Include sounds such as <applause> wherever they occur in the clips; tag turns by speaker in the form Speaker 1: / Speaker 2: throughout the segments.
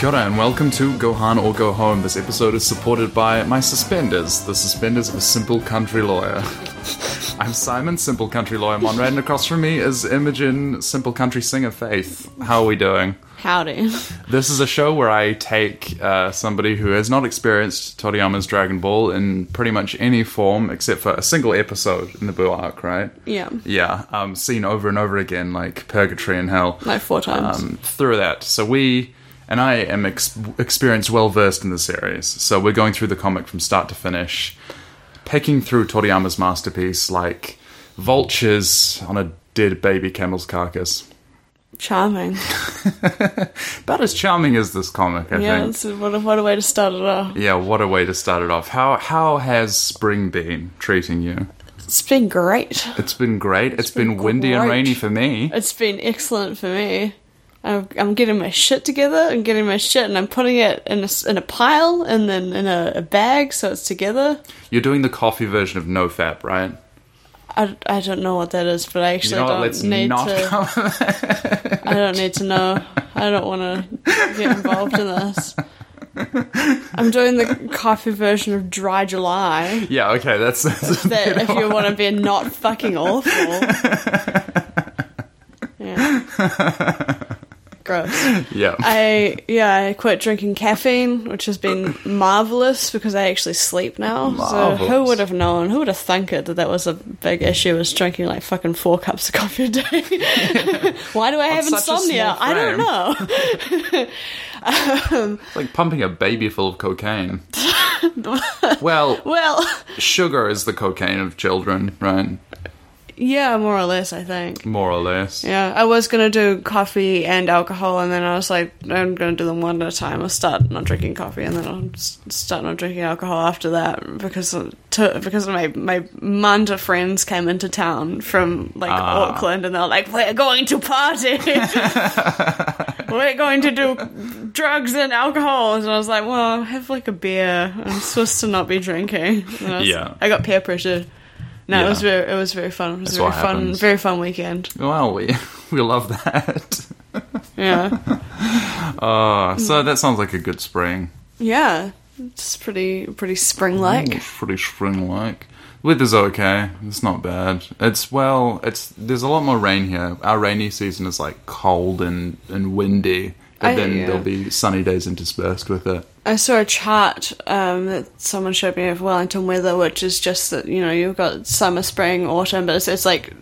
Speaker 1: Kia ora and welcome to Gohan or Go Home. This episode is supported by my suspenders, the suspenders of a simple country lawyer. <laughs> I'm Simon, simple country lawyer Monrad, and across from me is Imogen, simple country singer Faith. How are we doing?
Speaker 2: Howdy.
Speaker 1: <laughs> This is a show where I take uh, somebody who has not experienced Toriyama's Dragon Ball in pretty much any form except for a single episode in the Buu arc, right?
Speaker 2: Yeah.
Speaker 1: Yeah, um, seen over and over again, like Purgatory and Hell
Speaker 2: Like four times.
Speaker 1: um, through that. So we and I am ex- experienced, well versed in the series. So we're going through the comic from start to finish, picking through Toriyama's masterpiece like vultures on a dead baby camel's carcass.
Speaker 2: Charming.
Speaker 1: About as charming as this comic, I
Speaker 2: Yeah,
Speaker 1: think.
Speaker 2: that's a, what, a, what a way to start it off.
Speaker 1: Yeah, what a way to start it off. How how has spring been treating you?
Speaker 2: It's been great.
Speaker 1: It's been great. it's been,
Speaker 2: been
Speaker 1: windy and
Speaker 2: great.
Speaker 1: rainy for me.
Speaker 2: It's been excellent for me. I'm, I'm getting my shit together. I'm getting my shit and I'm putting it in a, s- in a pile and then in a, a bag so it's together.
Speaker 1: You're doing the coffee version of No Fap, right?
Speaker 2: I, I don't know what that is, but I actually
Speaker 1: You know what?
Speaker 2: don't
Speaker 1: Let's
Speaker 2: need
Speaker 1: not <laughs>
Speaker 2: to. I don't need to know. I don't want to get involved
Speaker 1: <laughs>
Speaker 2: in this. I'm doing the coffee version of Dry July.
Speaker 1: Yeah, okay, that's,
Speaker 2: <laughs>
Speaker 1: that's <laughs>
Speaker 2: that if you want to be not fucking awful. Yeah. Gross.
Speaker 1: yeah.
Speaker 2: I yeah, I quit drinking caffeine, which has been marvelous because I actually sleep now. So who
Speaker 1: Marvellous.
Speaker 2: would have known? Who would have thunk it that that was a big
Speaker 1: Mm.
Speaker 2: issue? Was drinking like fucking four cups of coffee a day? <laughs> Why do I have
Speaker 1: such a small
Speaker 2: insomnia? I don't
Speaker 1: frame.
Speaker 2: know.
Speaker 1: It's like pumping a baby full of
Speaker 2: <laughs>
Speaker 1: cocaine. well,
Speaker 2: Well, <laughs>
Speaker 1: sugar is the cocaine of children, right?
Speaker 2: yeah, more or less, I think.
Speaker 1: More or less.
Speaker 2: Yeah, I was gonna do coffee and alcohol, and then I was like, I'm gonna do them one at a time. I'll start not drinking coffee, and then I'll s- start not drinking alcohol after that because to, because my my manta friends came into town from like
Speaker 1: Ah.
Speaker 2: Auckland, and they're like, we're going to
Speaker 1: <laughs>
Speaker 2: party, we're going to do drugs and alcohol, and I was like, well, have like a beer. I'm supposed to not be drinking. And I was-
Speaker 1: Yeah.
Speaker 2: I got peer pressure. No,
Speaker 1: Yeah.
Speaker 2: it was very, it was very fun. It was
Speaker 1: That's
Speaker 2: a very
Speaker 1: what
Speaker 2: fun,
Speaker 1: happens.
Speaker 2: very fun weekend.
Speaker 1: Well, we <laughs> we love that.
Speaker 2: Yeah.
Speaker 1: Uh, so
Speaker 2: Mm.
Speaker 1: that sounds like a good spring.
Speaker 2: Yeah, it's pretty pretty spring like.
Speaker 1: It's pretty spring-like. Weather's okay. It's not bad. It's well. It's there's a lot more rain here. Our rainy season is like cold and and windy, and
Speaker 2: I-
Speaker 1: then
Speaker 2: Oh, yeah.
Speaker 1: there'll be sunny days interspersed with it.
Speaker 2: I saw a chart um, that someone showed me of Wellington weather, which is just that you know you've got summer, spring, autumn, but it's, it's like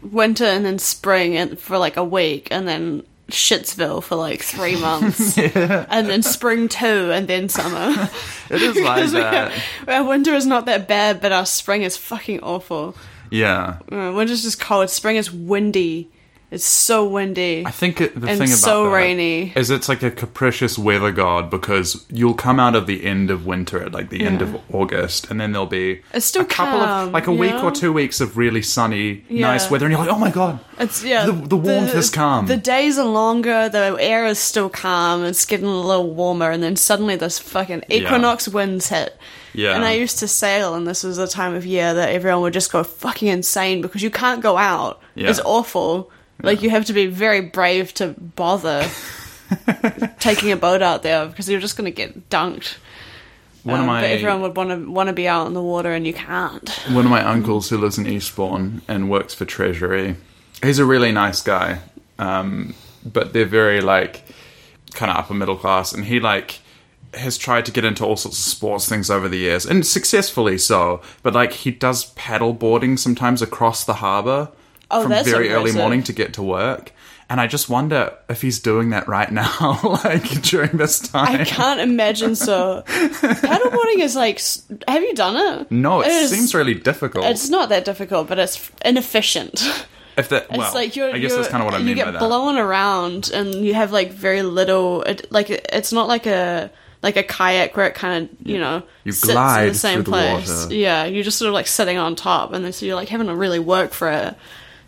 Speaker 2: winter and then spring and for like a week, and then Shitsville for like three months, and then spring too, and then summer.
Speaker 1: It
Speaker 2: <laughs>
Speaker 1: is like
Speaker 2: Because we-
Speaker 1: that.
Speaker 2: our winter is not that bad, but our spring is fucking awful.
Speaker 1: Yeah.
Speaker 2: Uh, Winter's just cold. Spring is windy. It's so windy.
Speaker 1: I think it- the
Speaker 2: And
Speaker 1: thing about
Speaker 2: so
Speaker 1: that
Speaker 2: rainy.
Speaker 1: is it's like a capricious weather god because you'll come out of the end of winter at like the end of August, and then there'll be
Speaker 2: It's still
Speaker 1: a couple
Speaker 2: calm,
Speaker 1: of like a
Speaker 2: you
Speaker 1: week
Speaker 2: know?
Speaker 1: or two weeks of really sunny, nice
Speaker 2: Yeah.
Speaker 1: weather, and you're like, oh my god,
Speaker 2: It's yeah.
Speaker 1: The- the warmth has come.
Speaker 2: The days are longer. The air is still calm. It's getting a little warmer, and then suddenly this fucking equinox winds hit.
Speaker 1: Yeah.
Speaker 2: And I used to sail, and this was a time of year that everyone would just go fucking insane because you can't go out.
Speaker 1: Yeah.
Speaker 2: It's awful. Like you have to be very brave to
Speaker 1: <laughs>
Speaker 2: bother taking a boat out there because you're just gonna get dunked.
Speaker 1: one of
Speaker 2: Um,
Speaker 1: my
Speaker 2: But everyone would want to want to be out in the water, and you can't.
Speaker 1: one of my uncles who lives in Eastbourne and works for Treasury. He's a really nice guy, um, but they're very like kind of upper middle class, and he like has tried to get into all sorts of sports things over the years, and successfully so. But like he does paddle boarding sometimes across the harbour
Speaker 2: Oh,
Speaker 1: from
Speaker 2: that's
Speaker 1: very early
Speaker 2: impressive.
Speaker 1: morning to get to work. And I just wonder if he's doing that right now, <laughs> like during this time.
Speaker 2: I can't imagine so. Paddleboarding is like, s- have you done it?
Speaker 1: no, it,
Speaker 2: is-
Speaker 1: seems really difficult.
Speaker 2: It's not that difficult, but it's inefficient. <laughs>
Speaker 1: if that,
Speaker 2: It's
Speaker 1: well,
Speaker 2: like you're,
Speaker 1: I guess
Speaker 2: you're,
Speaker 1: that's kind of what I
Speaker 2: you
Speaker 1: mean
Speaker 2: get
Speaker 1: by that.
Speaker 2: blown around, and you have like very little. It, like it- it's not like a like a kayak where it kind of you know
Speaker 1: You
Speaker 2: sits in
Speaker 1: glide
Speaker 2: the same
Speaker 1: through the
Speaker 2: place.
Speaker 1: water.
Speaker 2: Yeah, you're just sort of like sitting on top, and then so you're like having to really work for it.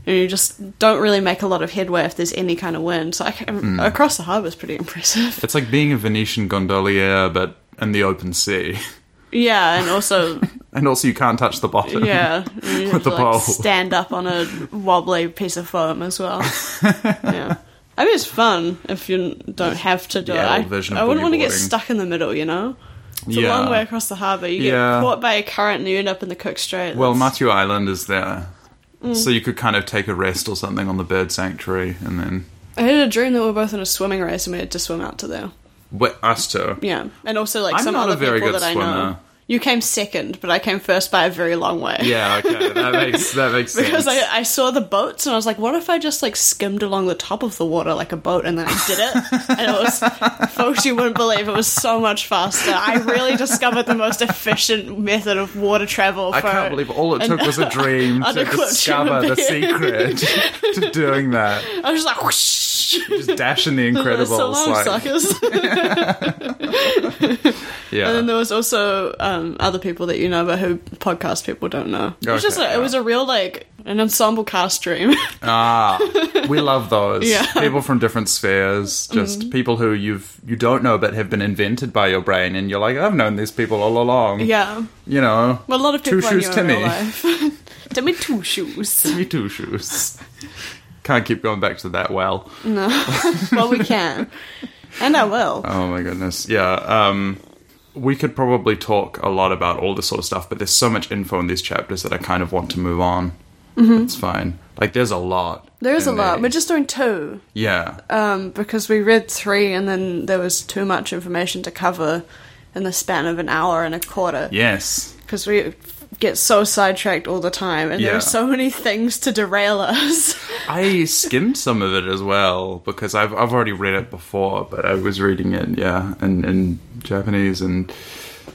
Speaker 2: And you just don't really make a lot of headway if there's any kind of wind. So I can,
Speaker 1: Hmm.
Speaker 2: across the harbour is pretty <laughs> impressive.
Speaker 1: It's like being a Venetian gondolier, but in the open sea. <laughs>
Speaker 2: Yeah, and also
Speaker 1: And also, you can't touch the bottom. <laughs>
Speaker 2: Yeah, and you have
Speaker 1: With
Speaker 2: to,
Speaker 1: the
Speaker 2: like,
Speaker 1: pole. <laughs>
Speaker 2: stand up on a wobbly piece of foam as well. yeah, I mean, it's fun if you don't have to do
Speaker 1: The
Speaker 2: it. I,
Speaker 1: adult version of
Speaker 2: I wouldn't want to get
Speaker 1: bodyboarding.
Speaker 2: stuck in the middle, you know? It's
Speaker 1: Yeah.
Speaker 2: a long way across the harbour. You get
Speaker 1: Yeah.
Speaker 2: caught by a current and you end up in the Cook Strait.
Speaker 1: Well, Matthew Island is there.
Speaker 2: Mm.
Speaker 1: So you could kind of take a rest or something on the bird sanctuary and then.
Speaker 2: I had a dream that we were both in a swimming race and we had to swim out to there.
Speaker 1: Wait, us two.
Speaker 2: Yeah. And also, like,
Speaker 1: I'm
Speaker 2: some
Speaker 1: not a
Speaker 2: other
Speaker 1: very
Speaker 2: people
Speaker 1: good
Speaker 2: that I know.
Speaker 1: swimmer.
Speaker 2: You came second, but I came first by a very long way.
Speaker 1: Yeah, okay.
Speaker 2: <laughs>
Speaker 1: That makes, that makes sense.
Speaker 2: Because I, I saw the boats and I was like, what if I just like skimmed along the top of the water like a boat and then I did it? and
Speaker 1: <laughs>
Speaker 2: it was, folks, you wouldn't believe it was so much faster. I really discovered the most efficient method of water travel. For,
Speaker 1: I can't believe all it took was
Speaker 2: <laughs>
Speaker 1: a dream to
Speaker 2: unequipped
Speaker 1: discover the
Speaker 2: human
Speaker 1: secret to doing that.
Speaker 2: I was just like, whoosh.
Speaker 1: Just dashing
Speaker 2: <laughs>
Speaker 1: the Incredibles.
Speaker 2: So long,
Speaker 1: like,
Speaker 2: suckers. and
Speaker 1: yeah.
Speaker 2: then there was also um, other people that you know, but who podcast people don't know. It was just
Speaker 1: Okay,
Speaker 2: a,
Speaker 1: yeah.
Speaker 2: it was a real like an ensemble cast dream. <laughs>
Speaker 1: Ah, we love those.
Speaker 2: Yeah. Mm-hmm.
Speaker 1: People from different spheres, just people who you've you don't know but have been invented by your brain, and you're like, I've known these people all along.
Speaker 2: yeah,
Speaker 1: you know,
Speaker 2: well, a lot of
Speaker 1: Two
Speaker 2: people I knew
Speaker 1: Shoes
Speaker 2: in real
Speaker 1: Timmy.
Speaker 2: life. <laughs> Timmy Two Shoes.
Speaker 1: me two shoes. <laughs> Can't keep going back to that. Well,
Speaker 2: <laughs> well, we can. And I will.
Speaker 1: oh my goodness, yeah. Um, we could probably talk a lot about all this sort of stuff, but there's so much info in these chapters that I kind of want to move on. It's fine. Like, there's a lot.
Speaker 2: there is Mm-hmm. a
Speaker 1: in
Speaker 2: lot.
Speaker 1: these.
Speaker 2: We're just doing two
Speaker 1: yeah.
Speaker 2: um, because we read three and then there was too much information to cover in the span of an hour and a quarter
Speaker 1: yes.
Speaker 2: because we get so sidetracked all the time and there
Speaker 1: Yeah.
Speaker 2: are so many things to derail us.
Speaker 1: I skimmed some of it as well because I've I've already read it before, but I was reading it yeah in in Japanese and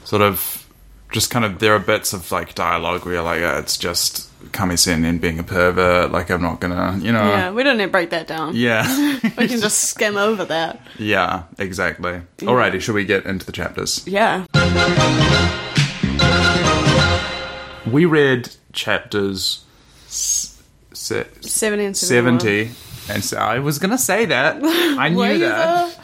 Speaker 1: sort of just kind of there are bits of like dialogue where you're like oh, it's just Kamisen and being a pervert like I'm not gonna you
Speaker 2: yeah,
Speaker 1: know
Speaker 2: we don't need to break that down.
Speaker 1: Uh. yeah yeah,
Speaker 2: We can just skim over that.
Speaker 1: exactly. Alrighty, should we get into the chapters?
Speaker 2: Yeah.
Speaker 1: We read chapters s- se-
Speaker 2: 70 and 71.
Speaker 1: seventy, and so I was gonna say that I knew
Speaker 2: Were you
Speaker 1: that.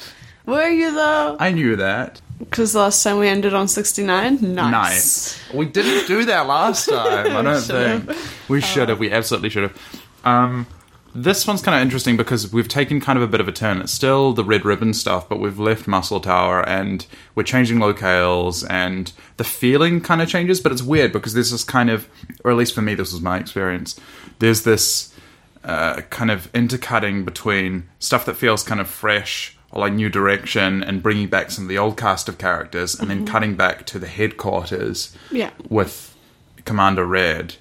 Speaker 2: though? Were you though?
Speaker 1: I knew that.
Speaker 2: Because last time we ended on 69? Nice.
Speaker 1: Nice. We didn't do that
Speaker 2: <laughs>
Speaker 1: last time. I don't
Speaker 2: should've.
Speaker 1: think we should have. We absolutely should have. Um, this one's kind of interesting because we've taken kind of a bit of a turn. It's still the red ribbon stuff, but we've left Muscle Tower and we're changing locales, and the feeling kind of changes. But it's weird because there's this kind of, or at least for me, this was my experience. There's this uh, kind of intercutting between stuff that feels kind of fresh or like new direction and bringing back some of the old cast of characters and then cutting back to the headquarters
Speaker 2: Yeah.
Speaker 1: with Commander Red.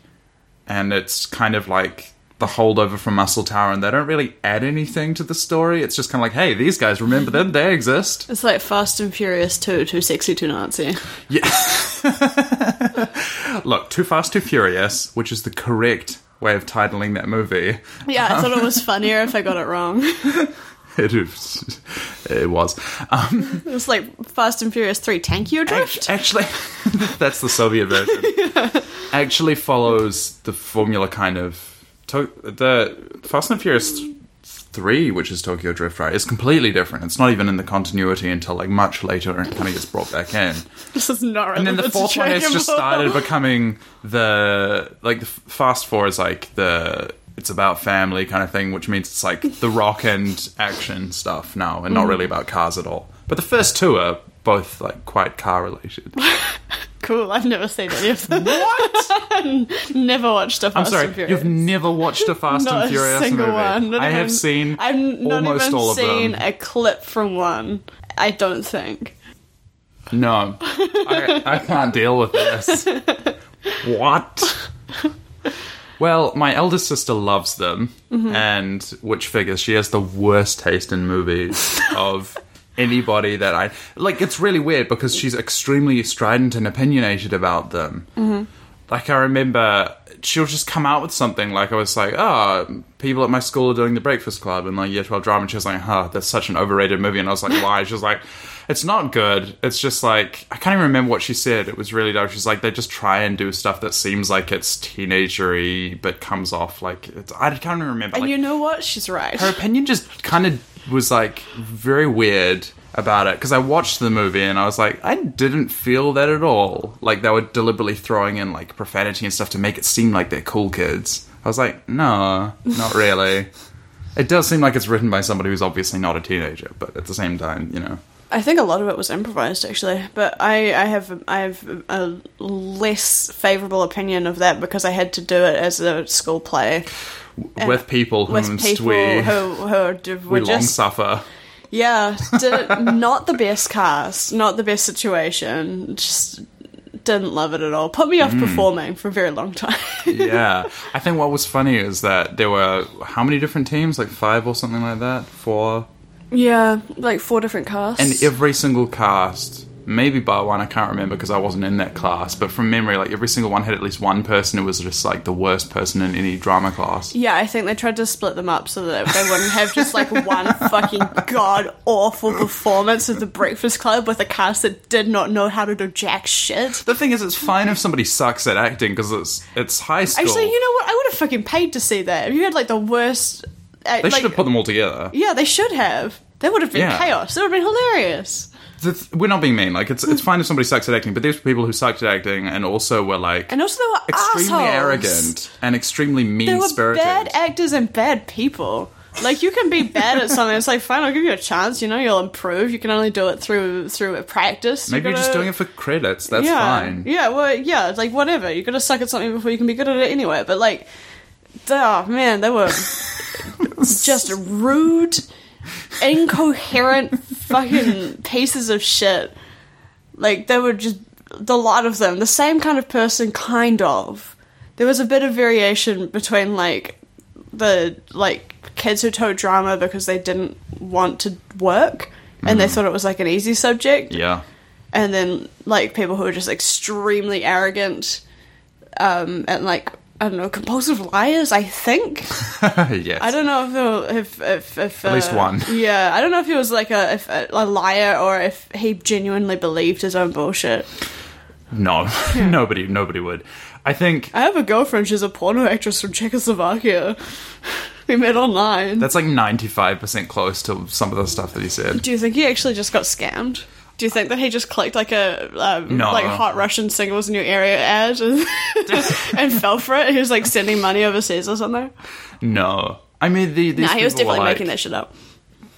Speaker 1: And it's kind of like the holdover from Muscle Tower, and they don't really add anything to the story. It's just kind of like, hey, these guys, remember them? They exist.
Speaker 2: It's like Fast and Furious 2, Too Sexy, Too Nazi.
Speaker 1: Yeah. Look, Too Fast, Too Furious, which is the correct way of titling that movie. <laughs>
Speaker 2: Yeah, I thought it was funnier if I got it wrong.
Speaker 1: It
Speaker 2: It
Speaker 1: was. It was. Um,
Speaker 2: was like Fast and Furious 3, Tank You
Speaker 1: Act-
Speaker 2: Drift?
Speaker 1: Actually, <laughs> that's the Soviet version. Actually, follows the formula kind of to- the Fast and Furious three, which is Tokyo Drift, right? Is completely different. It's not even in the continuity until like much later, and it kind of gets brought back in.
Speaker 2: <laughs> This is not
Speaker 1: And
Speaker 2: relevant
Speaker 1: then the fourth
Speaker 2: to
Speaker 1: one
Speaker 2: Dragon
Speaker 1: has just
Speaker 2: Ball.
Speaker 1: started becoming the like the f- Fast Four is like the it's about family kind of thing, which means it's like the rock and action stuff now, and
Speaker 2: Mm-hmm.
Speaker 1: not really about cars at all. But the first two are both like quite car related.
Speaker 2: <laughs> Cool, I've never seen any of them.
Speaker 1: What?
Speaker 2: <laughs> never watched a
Speaker 1: I'm
Speaker 2: Fast
Speaker 1: sorry,
Speaker 2: and Furious.
Speaker 1: you've never watched a Fast
Speaker 2: not
Speaker 1: and Furious
Speaker 2: a single
Speaker 1: movie.
Speaker 2: one. Not
Speaker 1: I have
Speaker 2: even-
Speaker 1: seen
Speaker 2: I've not
Speaker 1: almost
Speaker 2: even
Speaker 1: all of
Speaker 2: seen
Speaker 1: them.
Speaker 2: a clip from one. I don't think.
Speaker 1: No, I, I can't deal with this. What? Well, my eldest sister loves them, and which figures she has the worst taste in movies of anybody that I like. It's really weird because she's extremely strident and opinionated about them. Like I remember, she'll just come out with something. Like I was like, "Oh, people at my school are doing the Breakfast Club and like Year Twelve drama." And she was like, "Huh, that's such an overrated movie." And I was like, "Why?" She was like, "It's not good. It's just like I can't even remember what she said. It was really dumb." She's like, "They just try and do stuff that seems like it's teenagery, but comes off like it's." I can't even remember.
Speaker 2: And
Speaker 1: like,
Speaker 2: you know what? She's right.
Speaker 1: her opinion just kind of was like very weird about it because I watched the movie and I was like, I didn't feel that at all. Like they were deliberately throwing in like
Speaker 2: <laughs>
Speaker 1: profanity and stuff to make it seem like they're cool kids. I was like, no, not really. It does seem like it's written by somebody who's obviously not a teenager, but at the same time, you know.
Speaker 2: I think a lot of it was improvised, actually. But I, I have I have a less favourable opinion of that because I had to do it as a school play And
Speaker 1: with people whom
Speaker 2: Uh, with people
Speaker 1: we,
Speaker 2: who who d- were
Speaker 1: Mm, we long
Speaker 2: just <laughs>
Speaker 1: suffer. <laughs>
Speaker 2: yeah, did, not the best cast, not the best situation. Just didn't love it at all. Put me off
Speaker 1: Mm.
Speaker 2: performing for a very long time. <laughs>
Speaker 1: yeah. I think what was funny is that there were how many different teams? Like five or something like that? Four?
Speaker 2: yeah, like four different casts.
Speaker 1: And every single cast, maybe bar one, I can't remember because I wasn't in that class, but from memory, like every single one had at least one person who was just like the worst person in any drama class.
Speaker 2: Yeah, I think they tried to split them up so that they wouldn't have just
Speaker 1: <laughs>
Speaker 2: like one fucking god awful performance of the Breakfast Club with a cast that did not know how to do jack shit.
Speaker 1: The thing is, it's fine if somebody sucks at acting because it's it's high school.
Speaker 2: Actually, you know what? I would have fucking paid to see that. If you had like the worst. Uh,
Speaker 1: they
Speaker 2: like,
Speaker 1: should have put them all together.
Speaker 2: Yeah, they should have. That would have been
Speaker 1: Yeah.
Speaker 2: chaos. That would have been hilarious.
Speaker 1: The th- we're not being mean. Like it's it's fine if somebody sucks at acting, but there's people who sucked at acting and also were like
Speaker 2: And also, they were
Speaker 1: extremely
Speaker 2: assholes.
Speaker 1: arrogant and extremely
Speaker 2: They
Speaker 1: mean
Speaker 2: were
Speaker 1: spirited.
Speaker 2: bad actors and bad people. Like you can be bad at something. It's like fine, I'll give you a chance. You know, you'll improve. You can only do it through through practice.
Speaker 1: Maybe you're just
Speaker 2: gotta-
Speaker 1: doing it for credits. That's
Speaker 2: yeah.
Speaker 1: fine.
Speaker 2: Yeah, well, yeah, it's like whatever. You gotta suck at something before you can be good at it anyway. But like, oh man,
Speaker 1: <laughs>
Speaker 2: they were just rude, incoherent fucking pieces of shit. Like they were just the lot of them, the same kind of person, kind of. There was a bit of variation between like the like kids who taught drama because they didn't want to work and
Speaker 1: Mm-hmm.
Speaker 2: they thought it was like an easy subject
Speaker 1: Yeah.
Speaker 2: and then like people who are just extremely arrogant um, and like I don't know, compulsive liars. I think
Speaker 1: <laughs> yes.
Speaker 2: I don't know if there- if if, if
Speaker 1: At least
Speaker 2: uh,
Speaker 1: one.
Speaker 2: Yeah, I don't know if he was like a if a, a liar or if he genuinely believed his own bullshit. <laughs>
Speaker 1: No, nobody, nobody would. I think
Speaker 2: I have a girlfriend. She's a porno actress from Czechoslovakia. <laughs> we met online.
Speaker 1: that's like ninety-five percent close to some of the stuff that he said.
Speaker 2: Do you think he actually just got scammed? Do you think that he just clicked like a um,
Speaker 1: No.
Speaker 2: like hot Russian singles in your area
Speaker 1: <laughs>
Speaker 2: ad and, and fell for it? He was like sending money overseas or something.
Speaker 1: No, I mean the these
Speaker 2: Nah, he was
Speaker 1: people
Speaker 2: definitely
Speaker 1: were, like,
Speaker 2: making that shit up.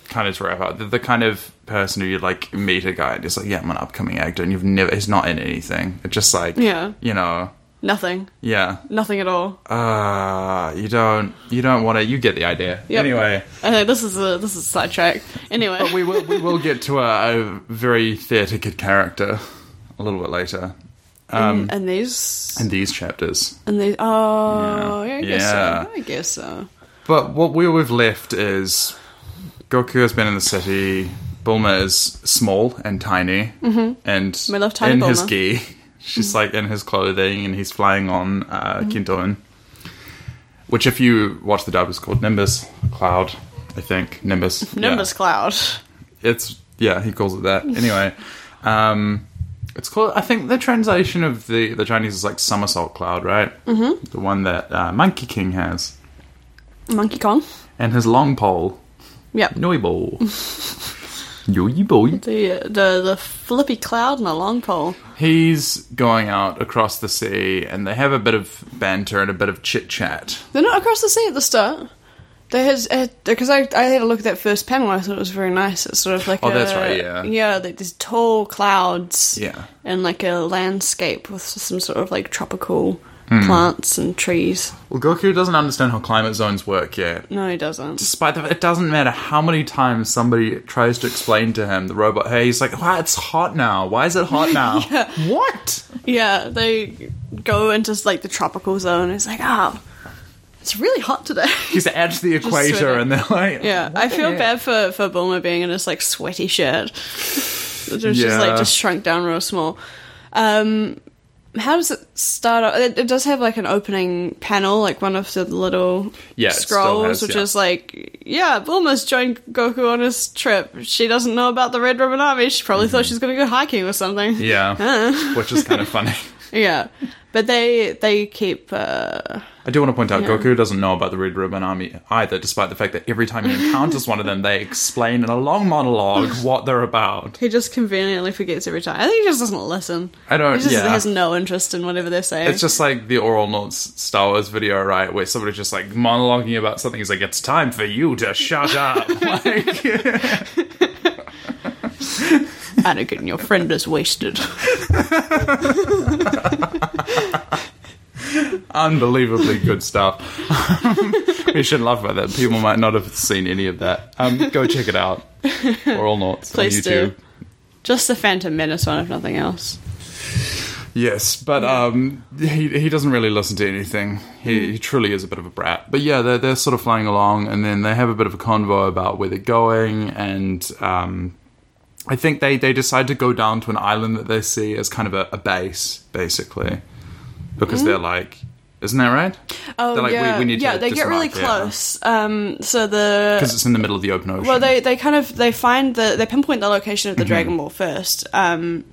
Speaker 1: Kind of to wrap up, the, the kind of person who you like meet a guy and just like, yeah, I'm an upcoming actor, and you've never, he's not in anything. It's just like,
Speaker 2: Yeah.
Speaker 1: you know,
Speaker 2: Nothing,
Speaker 1: yeah,
Speaker 2: nothing at all.
Speaker 1: uh, you don't, you don't want to, you get the idea.
Speaker 2: Yep.
Speaker 1: Anyway,
Speaker 2: Uh, this is a this is a sidetrack. Anyway,
Speaker 1: we will, we will get to a, a very theatre kid character a little bit later um,
Speaker 2: and, and these
Speaker 1: in these chapters.
Speaker 2: and these. Oh, yeah, I guess
Speaker 1: Yeah.
Speaker 2: so. I guess so.
Speaker 1: But what we we've left is Goku has been in the city. Bulma is small and tiny, and
Speaker 2: Mm-hmm. We love tiny
Speaker 1: in his
Speaker 2: Bulma. Mm-hmm.
Speaker 1: gi. <laughs> She's like in his clothing, and he's flying on uh, Kintoin, which, if you watch the dub, is called Nimbus Cloud. I think Nimbus. yeah.
Speaker 2: Nimbus Cloud.
Speaker 1: It's yeah, he calls it
Speaker 2: <laughs>
Speaker 1: that. Anyway, um, it's called. I think the translation of the the Chinese is like somersault cloud, right? Mm-hmm. The one that uh, Monkey King has,
Speaker 2: Monkey Kong.
Speaker 1: and his long pole.
Speaker 2: Yep.
Speaker 1: <laughs> Noibo. Noibo.
Speaker 2: The the the flippy cloud and the long pole.
Speaker 1: He's going out across the sea and they have a bit of banter and a bit of chit chat.
Speaker 2: They're not across the sea at the start. There has because I, I had a look at that first panel. I thought it was very nice. It's sort of like
Speaker 1: Oh,
Speaker 2: a,
Speaker 1: that's right, yeah.
Speaker 2: yeah, like these tall clouds,
Speaker 1: Yeah.
Speaker 2: and like a landscape with some sort of like tropical
Speaker 1: Hmm.
Speaker 2: plants and trees.
Speaker 1: Well, Goku doesn't understand how climate zones work yet.
Speaker 2: No, he doesn't.
Speaker 1: Despite the, it doesn't matter how many times somebody tries to explain to him the robot. Hey, he's like, "Wow, it's hot now. Why is it hot <laughs> now? What?
Speaker 2: Yeah, they go into like the tropical zone. It's like ah, it's really hot today. <laughs>
Speaker 1: He's at the equator,
Speaker 2: sweating.
Speaker 1: and they're like,
Speaker 2: yeah,
Speaker 1: "What
Speaker 2: I
Speaker 1: the
Speaker 2: feel
Speaker 1: heck?"
Speaker 2: bad for for Bulma being in this like sweaty shirt. It's just
Speaker 1: Yeah.
Speaker 2: like just shrunk down real small. Um, how does it start? Off? It, it does have like an opening panel, like one of the little
Speaker 1: Yeah, it still
Speaker 2: scrolls,
Speaker 1: has,
Speaker 2: which
Speaker 1: yeah.
Speaker 2: is like, yeah, Bulma's joined Goku on his trip. She doesn't
Speaker 1: Mm-hmm.
Speaker 2: know about the Red Ribbon Army. She probably thought she's going to go hiking or something.
Speaker 1: Yeah, which is kind of funny.
Speaker 2: <laughs> yeah, but they they keep. Uh,
Speaker 1: I do want to point out
Speaker 2: Yeah.
Speaker 1: Goku doesn't know about the Red Ribbon Army either, despite the fact that every time he encounters one of them, they explain in a long monologue what they're about.
Speaker 2: he just conveniently forgets every time. I think he just doesn't listen.
Speaker 1: I don't-
Speaker 2: He just
Speaker 1: yeah.
Speaker 2: has no interest in whatever they're saying.
Speaker 1: It's just like the Oral Notes Star Wars video, right? Where somebody's just like monologuing about something. He's like, it's time for you to shut up. <laughs> like,
Speaker 2: Anakin, your friend is wasted.
Speaker 1: unbelievably good stuff. <laughs> we should laugh about that. People might not have seen any of that. Um, go check it out. Oral Notes on
Speaker 2: Please do.
Speaker 1: YouTube.
Speaker 2: Just the Phantom Menace one, if nothing else.
Speaker 1: Yes, but um, he he doesn't really listen to anything.
Speaker 2: Hmm.
Speaker 1: He, he truly is a bit of a brat. But yeah, they're they're sort of flying along, and then they have a bit of a convo about where they're going, and um, I think they they decide to go down to an island that they see as kind of a, a base, basically, because they're like, isn't that right?
Speaker 2: Hmm? Oh
Speaker 1: They're like, we-
Speaker 2: yeah,
Speaker 1: we need
Speaker 2: yeah.
Speaker 1: to
Speaker 2: they get really
Speaker 1: disembark, yeah.
Speaker 2: close. Um, so the
Speaker 1: Because it's in the middle of the open ocean.
Speaker 2: Well, they they kind of they find the they pinpoint the location
Speaker 1: Mhm.
Speaker 2: of the Dragon Ball first, um,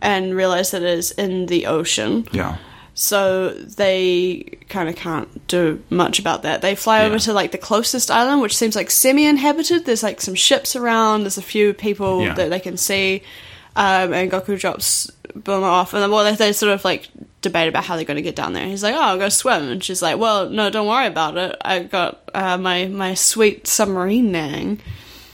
Speaker 2: and realize that it is in the ocean.
Speaker 1: yeah.
Speaker 2: So they kind of can't do much about that. They fly over
Speaker 1: Yeah.
Speaker 2: to like the closest island, which seems like semi-inhabited. There's like some ships around. There's a few people
Speaker 1: Yeah.
Speaker 2: that they can see, um, and Goku drops Bulma off. And then well, they, they sort of like debate about how they're going to get down there. He's like, "Oh, I'll go swim," and she's like, "Well, no, don't worry about it. I got uh, my my sweet submarine Nang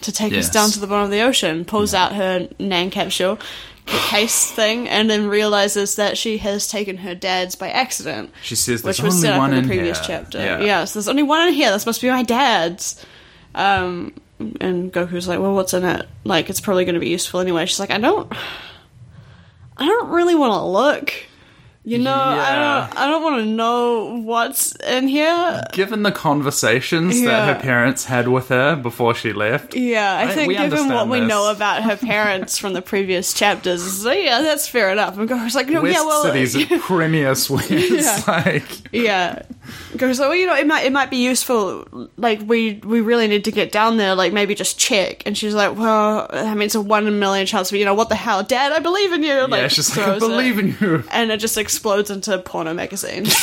Speaker 2: to take
Speaker 1: Yes.
Speaker 2: us down to the bottom of the ocean." Pulls out her Nang capsule the case thing, and then realizes that she has taken her dad's by accident.
Speaker 1: She says there's
Speaker 2: which was
Speaker 1: only
Speaker 2: set up
Speaker 1: one
Speaker 2: in
Speaker 1: in
Speaker 2: the previous
Speaker 1: here.
Speaker 2: chapter.
Speaker 1: Yeah.
Speaker 2: Yeah. so there's only one in here. This must be my dad's. Um, and Goku's like, "Well, what's in it? Like, it's probably going to be useful anyway." She's like, "I don't, I don't really want to look." You know,
Speaker 1: Yeah.
Speaker 2: I don't. I don't want to know what's in here.
Speaker 1: Given the conversations
Speaker 2: Yeah.
Speaker 1: that her parents had with her before she left,
Speaker 2: Yeah, I,
Speaker 1: I-
Speaker 2: think
Speaker 1: we
Speaker 2: given what
Speaker 1: understand
Speaker 2: we
Speaker 1: this.
Speaker 2: know about
Speaker 1: <laughs>
Speaker 2: her parents from the previous chapters, it's like, yeah, that's fair enough. And Goku's like, no,
Speaker 1: West
Speaker 2: Oh, <laughs> yeah, well,
Speaker 1: City's premier swears.
Speaker 2: Yeah.
Speaker 1: Like,
Speaker 2: Yeah. Goes like, well, you know, it might it might be useful. Like we we really need to get down there. Like maybe just check. And she's like, well, I mean, it's a one in a million chance, but you know what the hell, Dad, I believe in you. Like,
Speaker 1: yeah, she's like, I
Speaker 2: throws it.
Speaker 1: believe in
Speaker 2: <laughs>
Speaker 1: you.
Speaker 2: And it just explodes into porno
Speaker 1: <laughs>
Speaker 2: magazines.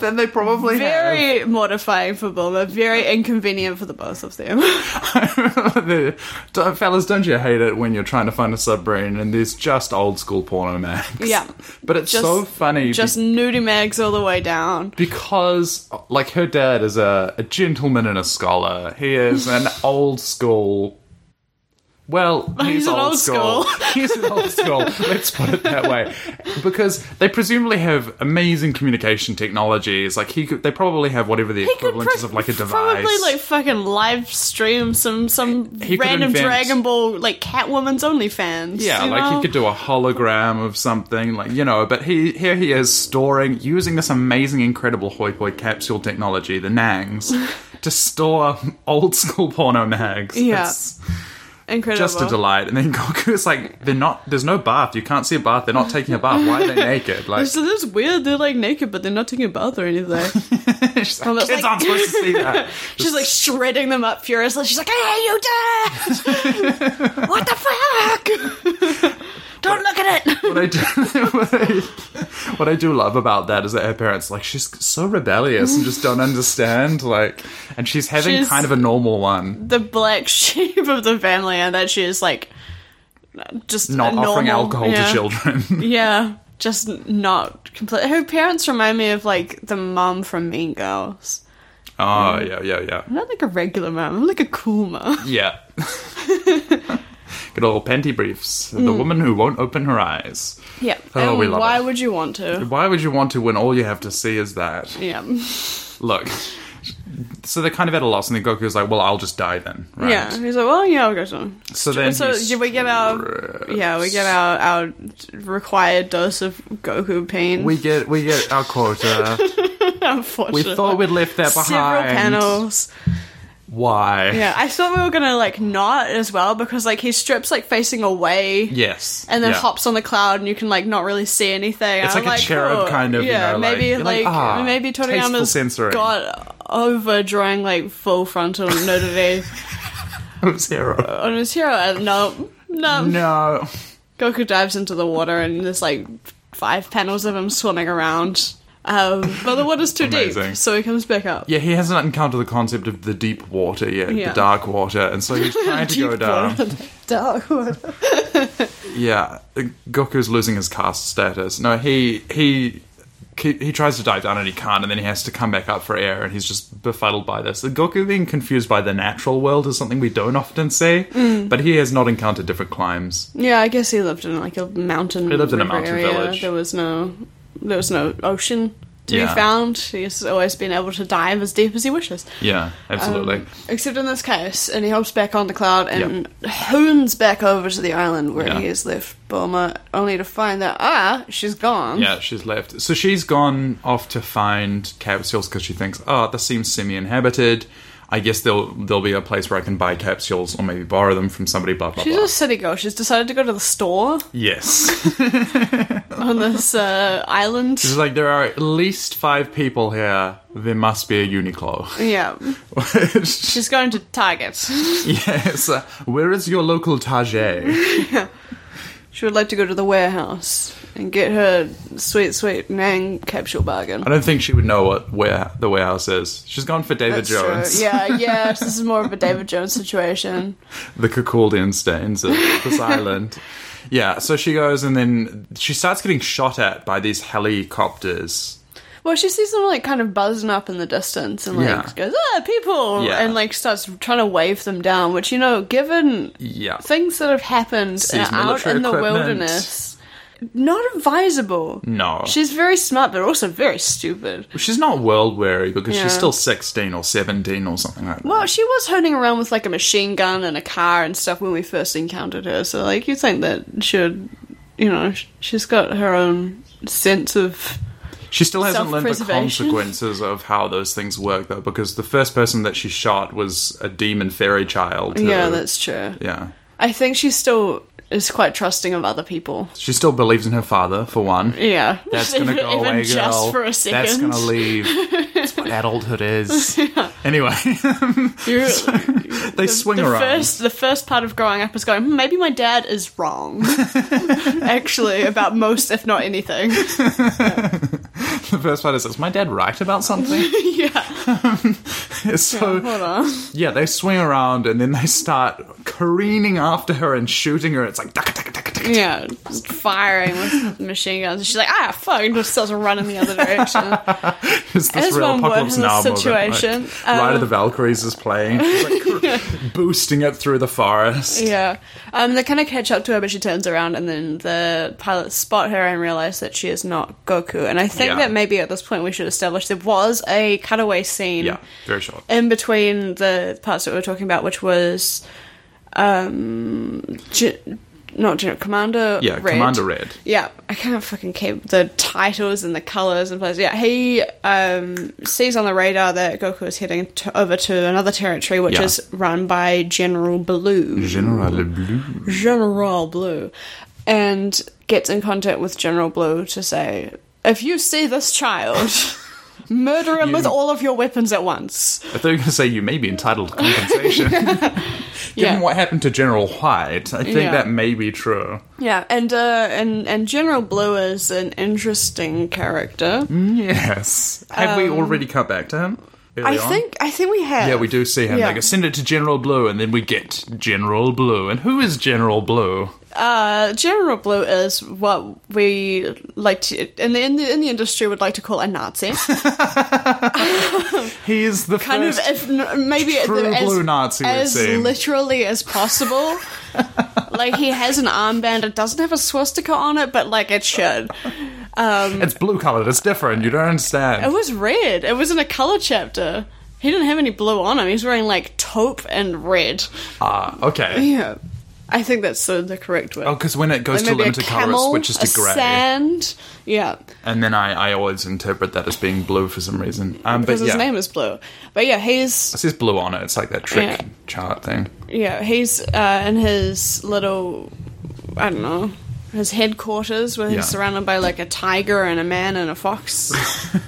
Speaker 1: Then they probably
Speaker 2: <laughs>
Speaker 1: have.
Speaker 2: Very mortifying for Bulma. Very inconvenient for the both of them.
Speaker 1: The- don't, fellas, don't you hate it when you're trying to find a submarine and there's just old school porno mags?
Speaker 2: Yeah.
Speaker 1: <laughs> But it's
Speaker 2: Just-
Speaker 1: so funny
Speaker 2: just nudie mags all the way down.
Speaker 1: because, like, her dad is a, a gentleman and a scholar. He is
Speaker 2: <laughs>
Speaker 1: an old school. Well, he's,
Speaker 2: an
Speaker 1: old,
Speaker 2: old
Speaker 1: school.
Speaker 2: school.
Speaker 1: <laughs> he's an old school. Let's put it that way, because they presumably have amazing communication technologies. Like he, could, they probably have whatever the
Speaker 2: He could
Speaker 1: equivalent is
Speaker 2: pro-
Speaker 1: of like a device.
Speaker 2: Probably like fucking live stream some some
Speaker 1: He could
Speaker 2: random
Speaker 1: invent-
Speaker 2: Dragon Ball like Catwoman's OnlyFans.
Speaker 1: Yeah,
Speaker 2: you
Speaker 1: like
Speaker 2: know?
Speaker 1: he could do a hologram of something, like you know. But he here he is storing using this amazing, incredible hoi poi capsule technology, the
Speaker 2: <laughs>
Speaker 1: Nangs, to store old school porno Nags.
Speaker 2: Yeah.
Speaker 1: It's
Speaker 2: Incredible.
Speaker 1: just a delight. And then Goku is like, they're not. There's no bath. You can't see a bath. They're not taking a bath. Why are they naked?
Speaker 2: <laughs>
Speaker 1: Like,
Speaker 2: So that's weird. They're like naked, but they're not taking a bath
Speaker 1: <laughs>
Speaker 2: or anything.
Speaker 1: she's like,
Speaker 2: that's
Speaker 1: kids
Speaker 2: like-
Speaker 1: aren't supposed to see that.
Speaker 2: She's like shredding them up furiously. She's like, "Hey,
Speaker 1: <laughs>
Speaker 2: you dad! what the fuck? Don't look at it."
Speaker 1: what I do, <laughs> what I, what I do love about that is that her parents like she's so rebellious and just don't understand like, and she's having
Speaker 2: She's-
Speaker 1: kind of a normal one,
Speaker 2: The black <laughs> sheep of the family, and that she is like just
Speaker 1: not
Speaker 2: a
Speaker 1: offering
Speaker 2: normal-
Speaker 1: alcohol
Speaker 2: yeah.
Speaker 1: to children.
Speaker 2: <laughs> Yeah, just not complete. Her parents remind me of like the mom from Mean Girls.
Speaker 1: oh yeah, yeah, yeah,
Speaker 2: I'm not like a regular mom. I'm like a cool
Speaker 1: <laughs>
Speaker 2: mom.
Speaker 1: yeah. Good old panty briefs. The
Speaker 2: Hmm.
Speaker 1: woman who won't open her eyes.
Speaker 2: Yeah.
Speaker 1: Oh,
Speaker 2: and
Speaker 1: we love
Speaker 2: why
Speaker 1: it.
Speaker 2: would you want to?
Speaker 1: Why would you want to when all you have to see is that?
Speaker 2: Yeah.
Speaker 1: Look. So they're kind of at a loss, and then Goku's like, "Well, I'll just die then." Right?
Speaker 2: Yeah, he's like, well, yeah, I'll go to him.
Speaker 1: So then
Speaker 2: so
Speaker 1: he
Speaker 2: yeah, we get our yeah, we get our our required dose of Goku pain.
Speaker 1: We get we get our quota. We
Speaker 2: <laughs> unfortunately,
Speaker 1: thought we'd left that behind.
Speaker 2: several panels.
Speaker 1: Why?
Speaker 2: Yeah, I thought we were gonna like not as well because like he strips like facing away.
Speaker 1: Yes.
Speaker 2: And then
Speaker 1: Yeah.
Speaker 2: hops on the cloud, and you can like not really see anything.
Speaker 1: It's
Speaker 2: I'm
Speaker 1: like a cherub
Speaker 2: cool.
Speaker 1: kind of, you
Speaker 2: Yeah,
Speaker 1: know, like-
Speaker 2: maybe
Speaker 1: you're like,
Speaker 2: like,
Speaker 1: ah,
Speaker 2: maybe
Speaker 1: tasteful
Speaker 2: Toriyama's
Speaker 1: censoring.
Speaker 2: got over drawing like full frontal
Speaker 1: <laughs>
Speaker 2: nudity
Speaker 1: It was hero.
Speaker 2: <laughs> on his hero. I don't know. uh, No,
Speaker 1: No.
Speaker 2: Goku dives into the water and there's like five panels of him swimming around. Um, but the water's too deep,
Speaker 1: Amazing.
Speaker 2: so he comes back up.
Speaker 1: Yeah, he hasn't encountered the concept of the deep water yet,
Speaker 2: Yeah.
Speaker 1: the dark water, and so
Speaker 2: <laughs>
Speaker 1: he's trying to go
Speaker 2: Deep
Speaker 1: down.
Speaker 2: water. <laughs>
Speaker 3: Dark water.
Speaker 1: Yeah, Goku's losing his caste status. No, he he he he tries to dive down and he can't, and then he has to come back up for air, and he's just befuddled by this. Goku being confused by the natural world is something we don't often see,
Speaker 2: Mm.
Speaker 1: but he has not encountered different climbs.
Speaker 2: Yeah, I guess he lived in like a mountain.
Speaker 1: He lived in a
Speaker 2: river
Speaker 1: mountain village.
Speaker 2: There was no, there was no ocean to
Speaker 1: Yeah.
Speaker 2: be found. He's always been able to dive as deep as he wishes.
Speaker 1: Yeah, absolutely.
Speaker 2: Um, except in this case, and he hops back on the cloud and hoons back over to the island where
Speaker 1: Yeah.
Speaker 2: he has left Bulma, only to find that ah, she's gone.
Speaker 1: yeah, she's left. So she's gone off to find capsules because she thinks, oh, this seems semi-inhabited. I guess there'll there'll be a place where I can buy capsules or maybe borrow them from somebody. Blah blah
Speaker 2: She's
Speaker 1: blah.
Speaker 2: a city girl. She's decided to go to the store
Speaker 1: Yes. <laughs>
Speaker 2: on this uh, island.
Speaker 1: It's like there are at least five people here. There must be a Uniqlo. <laughs>
Speaker 2: Yeah,
Speaker 1: yes.
Speaker 2: she's going to Target.
Speaker 1: uh, Where is your local Tajay?
Speaker 2: She would like to go to the warehouse and get her sweet, sweet Nang capsule bargain.
Speaker 1: I don't think she would know what where the warehouse is. She's gone for David
Speaker 2: That's
Speaker 1: Jones.
Speaker 2: True. Yeah,
Speaker 1: <laughs>
Speaker 2: yeah. so This is more of a David Jones situation.
Speaker 1: The Caculdian stains of
Speaker 2: <laughs>
Speaker 1: this island. Yeah, so she goes and then she starts getting shot at by these helicopters.
Speaker 2: Well, she sees them like kind of buzzing up in the distance and like
Speaker 1: Yeah.
Speaker 2: goes, ah, people!
Speaker 1: Yeah.
Speaker 2: And like starts trying to wave them down, which, you know, given
Speaker 1: Yeah.
Speaker 2: things that have happened
Speaker 1: Sees
Speaker 2: out
Speaker 1: military
Speaker 2: in the
Speaker 1: equipment.
Speaker 2: wilderness, not advisable.
Speaker 1: No.
Speaker 2: She's very smart, but also very stupid.
Speaker 1: She's not world weary because
Speaker 2: Yeah.
Speaker 1: she's still 16 or 17 or something like that.
Speaker 2: Well, she was holding around with like a machine gun and a car and stuff when we first encountered her. So, like, you think that she'd, you know, sh- she's got her own sense of.
Speaker 1: She still hasn't learned the
Speaker 2: Self-preservation.
Speaker 1: consequences of how those things work, though, because the first person that she shot was a demon fairy child. who-
Speaker 2: Yeah, that's true.
Speaker 1: yeah.
Speaker 2: I think she still is quite trusting of other people.
Speaker 1: She still believes in her father, for
Speaker 2: <laughs>
Speaker 1: one.
Speaker 2: Yeah,
Speaker 1: That's gonna
Speaker 2: Even-
Speaker 1: go
Speaker 2: even
Speaker 1: away, girl.
Speaker 2: just for a
Speaker 1: That's
Speaker 2: second.
Speaker 1: gonna
Speaker 2: <laughs>
Speaker 1: leave. That's what adulthood is. Anyway,
Speaker 2: You're-
Speaker 1: they <laughs> swing
Speaker 2: the
Speaker 1: around.
Speaker 2: first, the first part of growing up is going. "Hmm, Maybe my dad is wrong,
Speaker 1: <laughs>
Speaker 2: actually, about most, if not anything.
Speaker 1: <laughs>
Speaker 2: <laughs>
Speaker 1: The first part is, is my dad right about
Speaker 2: <laughs>
Speaker 1: something? <laughs>
Speaker 2: yeah,
Speaker 1: so
Speaker 2: hold on.
Speaker 1: <laughs> Yeah, they swing around and then they start careening after her and shooting her. It's like "Ducka, ducka, ducka, ducka, ducka."
Speaker 2: Yeah, just firing with machine guns. And she's like, ah, fuck, and just starts running the other direction.
Speaker 1: It's this
Speaker 2: There's
Speaker 1: real
Speaker 2: one word
Speaker 1: apocalypse
Speaker 2: in this
Speaker 1: now moment, like,
Speaker 2: situation.
Speaker 1: Ride
Speaker 2: Um,
Speaker 1: of the Valkyries is playing, She's, like,
Speaker 2: <laughs>
Speaker 1: boosting it through the forest.
Speaker 2: Yeah. Um, they kind of catch up to her, but she turns around, and then the pilots spot her and realize that she is not Goku. And I think
Speaker 1: Yeah.
Speaker 2: that maybe at this point we should establish there was a cutaway scene
Speaker 1: Yeah, very short.
Speaker 2: in between the parts that we were talking about, which was um, Gen- not General Commander.
Speaker 1: Yeah,
Speaker 2: Red.
Speaker 1: Commander Red.
Speaker 2: Yeah, I can't fucking keep the titles and the colors and places. Yeah, he um, sees on the radar that Goku is heading to, over to another territory, which
Speaker 1: Yeah.
Speaker 2: is run by General Blue.
Speaker 1: General Blue.
Speaker 2: General Blue. And gets in contact with General Blue to say, if you see
Speaker 1: <laughs>
Speaker 2: this child, murder him
Speaker 1: You-
Speaker 2: with all of your weapons at once.
Speaker 1: I thought you were going to say you may be entitled to
Speaker 2: <laughs>
Speaker 1: compensation. Given what happened to General White, I think
Speaker 2: Yeah.
Speaker 1: that may be true.
Speaker 2: Yeah, and uh, and and General Blue is an interesting character.
Speaker 1: Mm, Yes. Have
Speaker 2: Um,
Speaker 1: we already cut back to him?
Speaker 2: I
Speaker 1: early on?
Speaker 2: think I think we have.
Speaker 1: Yeah, we do see him.
Speaker 2: Yeah.
Speaker 1: They go, send it to General Blue, and then we get General Blue. And who is General Blue?
Speaker 2: Uh, General Blue is what we like to in the in the, in the industry would like to call a Nazi.
Speaker 1: He is the
Speaker 2: kind of
Speaker 1: first
Speaker 2: if n- maybe
Speaker 1: true
Speaker 2: as,
Speaker 1: blue Nazi we've
Speaker 2: as
Speaker 1: seen.
Speaker 2: literally as
Speaker 1: <laughs>
Speaker 2: possible. like he has an armband. It doesn't have a swastika on it, but like it should. Um,
Speaker 1: It's blue colored. It's different. You don't
Speaker 2: it
Speaker 1: understand.
Speaker 2: was red. It was in a color chapter. He didn't have any blue on him. He's wearing like taupe and red.
Speaker 1: Ah, okay.
Speaker 2: Yeah, I think that's the, the correct word.
Speaker 1: Oh, because when it goes to
Speaker 2: Like maybe a
Speaker 1: limited color, it
Speaker 2: camel,
Speaker 1: switches
Speaker 2: a
Speaker 1: to grey,
Speaker 2: sand. Yeah.
Speaker 1: and then I, I always interpret that as being blue for some reason. Um, but
Speaker 2: because
Speaker 1: yeah,
Speaker 2: his name is Blue. But yeah, he's
Speaker 1: it says blue on it. It's like that trick
Speaker 2: Yeah.
Speaker 1: chart thing.
Speaker 2: yeah he's uh, in his little I don't know his headquarters where
Speaker 1: Yeah.
Speaker 2: he's surrounded by like a tiger and a man and a fox.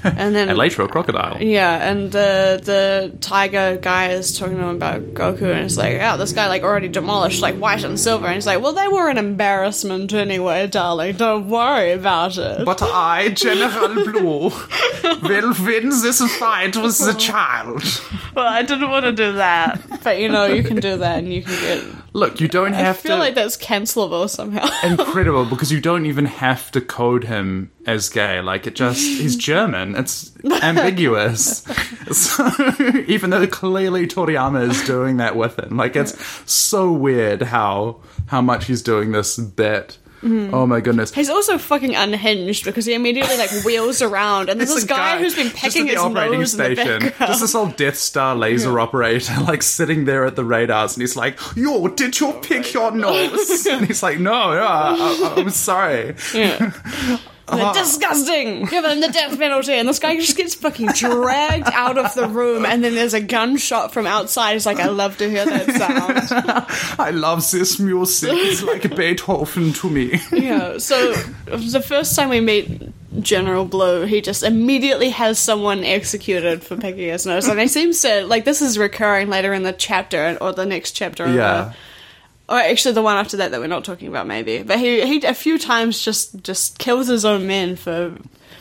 Speaker 2: and
Speaker 1: <laughs>
Speaker 2: then
Speaker 1: And later, a crocodile.
Speaker 2: Yeah, and the the tiger guy is talking to him about Goku, and it's like, yeah, this guy like already demolished like white and silver, and he's like, well, they were an embarrassment anyway, darling. Don't worry about it.
Speaker 1: But I, General
Speaker 2: <laughs>
Speaker 1: Blue, will win this fight with the child.
Speaker 2: Well, I didn't want to do that, but you know, you can do that, and you can get.
Speaker 1: Look, you don't
Speaker 2: I
Speaker 1: have
Speaker 2: feel
Speaker 1: to.
Speaker 2: like that's cancelable somehow. <laughs>
Speaker 1: incredible because you don't even have to code him as gay. Like it just
Speaker 2: <laughs>
Speaker 1: he's German. It's ambiguous. so <laughs> even though clearly Toriyama is doing that with him, like it's so weird how how much he's doing this bit.
Speaker 2: Mm-hmm.
Speaker 1: Oh my goodness.
Speaker 2: He's also fucking unhinged because he
Speaker 1: <laughs>
Speaker 2: immediately like wheels around, and there's this
Speaker 1: a
Speaker 2: guy, who's been
Speaker 1: just at
Speaker 2: pecking
Speaker 1: the
Speaker 2: his
Speaker 1: operating
Speaker 2: nose in the background.
Speaker 1: Just this old Death Star laser operator, like sitting there at the radars, and he's like, "Yo, did you pick your
Speaker 2: <laughs>
Speaker 1: nose?" and he's like, "No, no, I, I, I'm sorry." <laughs>
Speaker 2: They're disgusting. Give him the death penalty. And this guy just gets fucking dragged out of the room. And then there's a gunshot from outside. It's like, I love to hear that sound.
Speaker 1: I love this music. It's
Speaker 2: <laughs>
Speaker 1: like Beethoven to me.
Speaker 2: Yeah. So the first time we meet General Blow, he just immediately has someone executed for picking his nose. And it seems to, like, this is recurring later in the chapter or the next chapter. or
Speaker 1: Yeah.
Speaker 2: the- Or actually, the one after that that we're not talking about, maybe. But he, he a few times just just kills his own men for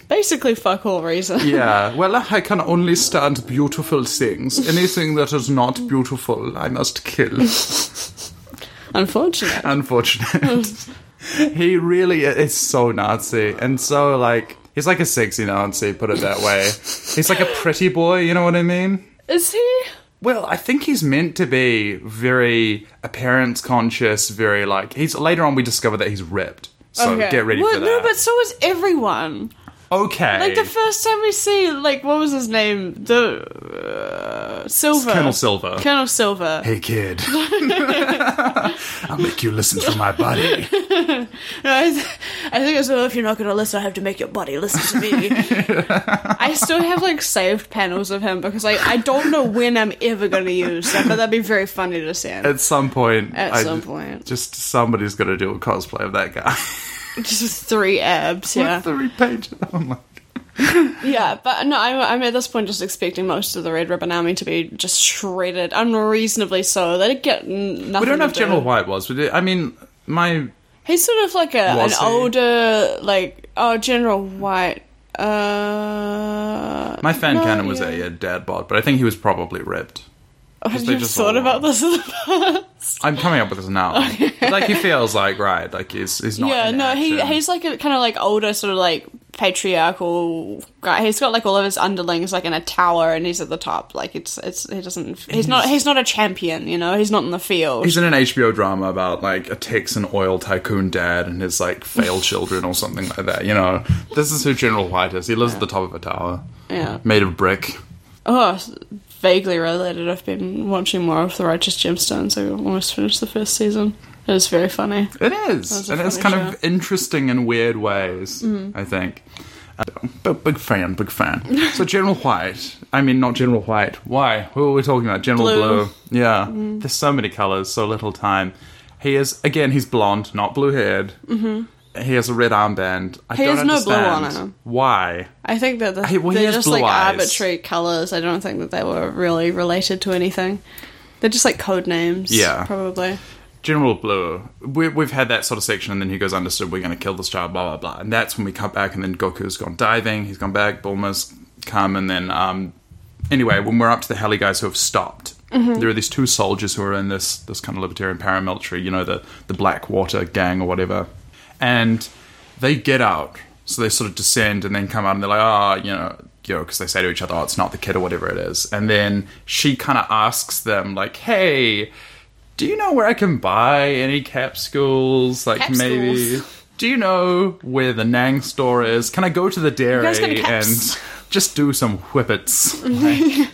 Speaker 2: basically fuck all reason. <laughs>
Speaker 1: Yeah. Well, I can only stand beautiful things.
Speaker 2: <laughs>
Speaker 1: Anything that is not beautiful, I must kill.
Speaker 2: Unfortunate.
Speaker 1: Unfortunate. <laughs> he really is so Nazi and so like he's like a sexy Nazi. Put it that way. He's like a pretty boy. You know what I mean?
Speaker 2: Is he?
Speaker 1: Well, I think he's meant to be very appearance conscious, very like he's later on we discover that he's ripped. So get ready
Speaker 2: Well,
Speaker 1: for that.
Speaker 2: No, but so is everyone.
Speaker 1: okay.
Speaker 2: Like the first time we see, like, what was his name? The uh, Silver.
Speaker 1: Colonel Silver.
Speaker 2: Colonel
Speaker 1: <laughs>
Speaker 2: Silver.
Speaker 1: Hey kid, I'll make you listen to my body.
Speaker 2: No, I, th- I think it's well, if you're not going to listen, I have to make your body listen to
Speaker 1: <laughs>
Speaker 2: me. I still have like saved panels of him because I I don't know when I'm ever going to use them, but that'd be very funny to see.
Speaker 1: <laughs> At some point,
Speaker 2: At
Speaker 1: I-
Speaker 2: some point.
Speaker 1: just somebody's got to do a cosplay of that guy. <laughs>
Speaker 2: Just with three abs, yeah.
Speaker 1: Uh, With three pages. I'm like,
Speaker 2: Yeah, but no, I'm, I'm at this point just expecting most of the Red Ribbon Army to be just shredded, unreasonably so. They get n- nothing.
Speaker 1: we don't know if
Speaker 2: to do.
Speaker 1: General White was. But I mean, my
Speaker 2: He's sort of like a, an
Speaker 1: Was he?
Speaker 2: older, like oh, General White. Uh,
Speaker 1: my fan
Speaker 2: no,
Speaker 1: canon was
Speaker 2: yeah.
Speaker 1: a, a dad bod, but I think he was probably ripped.
Speaker 2: Oh, have
Speaker 1: they
Speaker 2: you
Speaker 1: just
Speaker 2: thought
Speaker 1: all-
Speaker 2: about <laughs> this? in the past?
Speaker 1: I'm coming up with this now. But, like he feels like right, like he's he's not.
Speaker 2: yeah,
Speaker 1: in
Speaker 2: no, he
Speaker 1: action.
Speaker 2: he's like a kind of like older, sort of like patriarchal guy. He's got like all of his underlings like in a tower, and he's at the top. Like it's it's he doesn't he's, not he's not a champion, you know. He's not in the field.
Speaker 1: He's in an HBO drama about like a Texan oil tycoon dad and his like
Speaker 2: <laughs>
Speaker 1: failed children or something like that. You know, this is who General White is. He lives at the top of a tower,
Speaker 2: yeah.
Speaker 1: made of brick.
Speaker 2: Oh, s- vaguely related. I've been watching more of The Righteous Gemstones. I almost finished the first season. It was very funny.
Speaker 1: It is,
Speaker 2: a
Speaker 1: and it's
Speaker 2: funny Mm-hmm.
Speaker 1: kind of interesting in weird ways. I think. Uh, But big fan, big fan. So General White, I mean not General White. Why? Who are we talking about? General
Speaker 2: Blue. Mm-hmm.
Speaker 1: Blue. Yeah. There's so many colors, so little time. He is again. He's blonde, not blue-haired. Mm-hmm. He has a red armband. I
Speaker 2: He
Speaker 1: don't
Speaker 2: has no blue on
Speaker 1: understand
Speaker 2: him.
Speaker 1: Why?
Speaker 2: I think that the,
Speaker 1: Hey, well, he
Speaker 2: they're
Speaker 1: has
Speaker 2: just
Speaker 1: blue
Speaker 2: like
Speaker 1: eyes.
Speaker 2: arbitrary colors. I don't think that they were really related to anything. They're just like code names.
Speaker 1: Yeah.
Speaker 2: probably.
Speaker 1: General Blue, we, we've had that sort of section, and then he goes, Understood, we're going to kill this child, blah, blah, blah. And that's when we come back, and then Goku's gone diving, he's gone back, Bulma's come, and then, um, anyway, when we're up to the Heli guys who have stopped, there are these two soldiers who are in this this kind of libertarian paramilitary, you know, the, the Blackwater gang or whatever. And they get out, so they sort of descend and then come out, and they're like, ah, you know, you know, because they say to each other, oh, it's not the kid or whatever it is. And then she kind of asks them, like, hey, do you know where I can buy any capsules? Like
Speaker 2: Capsules.
Speaker 1: maybe. Do you know where the Nang store is? Can I go to the
Speaker 2: guys got
Speaker 1: dairy
Speaker 2: caps?
Speaker 1: and <laughs> just do some
Speaker 2: <laughs>
Speaker 1: whippets? Like,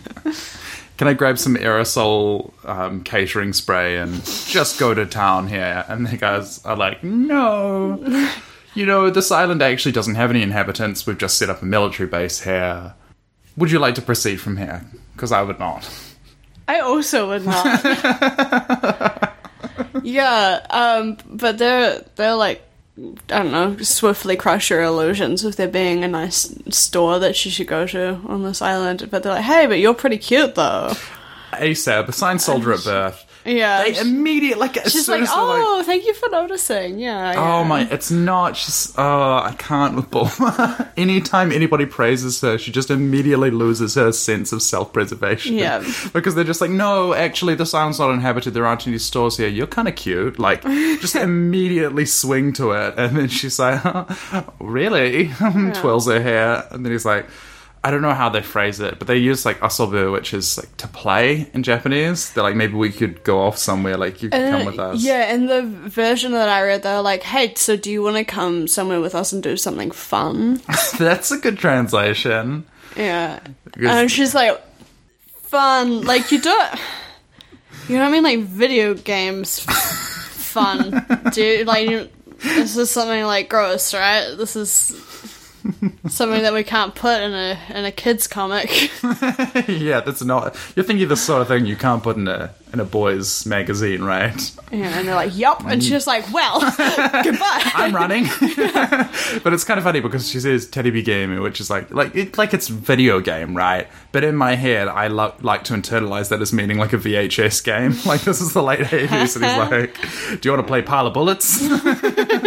Speaker 1: can I grab some aerosol um, catering spray and just go to town here? And the guys are like, no. You know, this island actually doesn't have any inhabitants. We've just set up a military base here. Would you like to proceed from here? Because I would not.
Speaker 2: I also
Speaker 1: <laughs>
Speaker 2: would not. yeah, um, but they're they're like I don't know, swiftly crush your illusions with there being a nice store that she should go to on this island. But they're like, hey, but you're pretty cute though.
Speaker 1: <laughs> ASAP, assigned soldier at birth.
Speaker 2: Um, Yeah.
Speaker 1: They immediately like as
Speaker 2: She's
Speaker 1: soon as
Speaker 2: like,
Speaker 1: they're like,
Speaker 2: oh, thank you for noticing. Yeah.
Speaker 1: Oh
Speaker 2: yeah.
Speaker 1: my, it's not. She's. Oh, I can't with Bulma. <laughs> Anytime anybody praises her, she just immediately loses her sense of self preservation.
Speaker 2: Yeah.
Speaker 1: <laughs> Because they're just like, no, actually, this island's not inhabited. There aren't any stores here. You're kind of cute.
Speaker 2: <laughs>
Speaker 1: Like, just immediately swing to it. And then she's like, <laughs> "Huh, really? <laughs> Twirls her hair. And then he's like, I don't know how they phrase it, but they use like usobu, which is like to play in Japanese. They're like, maybe we could go off somewhere. Like, you could
Speaker 2: And
Speaker 1: come
Speaker 2: then-
Speaker 1: with us.
Speaker 2: Uh, Yeah, in the version that I read, they were like, hey, so do you want to come somewhere with us and do
Speaker 1: <laughs>
Speaker 2: something fun?
Speaker 1: <laughs> That's a good translation.
Speaker 2: Yeah.
Speaker 1: Because-
Speaker 2: And she's like, fun. Like, you don't. You know what I mean? Like,
Speaker 1: <laughs>
Speaker 2: video games f- fun. Dude, like, you, this is something, like, gross, right? This is. Something that we can't put in a in a kids comic. <laughs>
Speaker 1: <laughs> yeah, that's not. You're thinking the sort of thing you can't put in a in a boys' magazine, right?
Speaker 2: Yeah, and they're like, "Yup," and she's like,
Speaker 1: <laughs>
Speaker 2: "Well, <laughs> goodbye."
Speaker 1: I'm running, <laughs> but it's kind of funny because she says Teddy B Gaming, which is like like it, like it's video game, right? But in my head, I lo- like to internalize that as meaning like a VHS game. <laughs> Like this is the late '80s,
Speaker 2: <laughs>
Speaker 1: and he's like, "Do you want to play Pile of Bullets?" <laughs>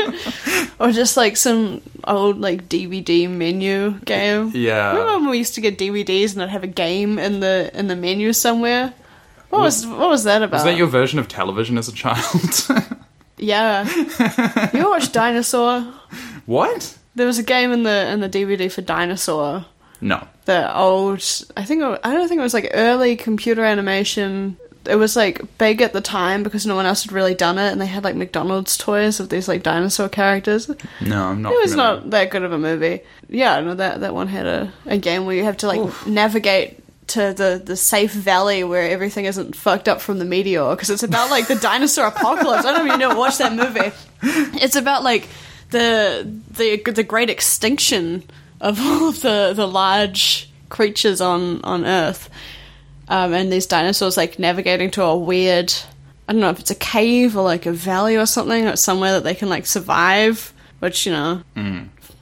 Speaker 2: Or just like some old like DVD menu game.
Speaker 1: Yeah.
Speaker 2: Remember when we used to get DVDs and it'd have a game in the in the menu somewhere? What was, what was that about?
Speaker 1: is that your version of television as a child? <laughs>
Speaker 2: yeah. <laughs> you ever watch Dinosaur?
Speaker 1: what?
Speaker 2: There was a game in the in the DVD for Dinosaur.
Speaker 1: No.
Speaker 2: The old I think it, I don't think it was like early computer animation. It was like big at the time because no one else had really done it and they had like McDonald's toys of these like dinosaur characters.
Speaker 1: No, I'm not.
Speaker 2: It was
Speaker 1: familiar.
Speaker 2: not that good of a movie. Yeah, no, that that one had a, a game where you have to like navigate to the, the safe valley where everything isn't fucked up from the meteor because it's about like
Speaker 1: <laughs>
Speaker 2: the dinosaur apocalypse. I don't know if you know watch that movie. It's about like the the the great extinction of <laughs> all of the the large creatures on on Earth, um, and these dinosaurs like navigating to a weird. I don't know if it's a cave or like a valley or something, or somewhere that they can like survive. Which you know,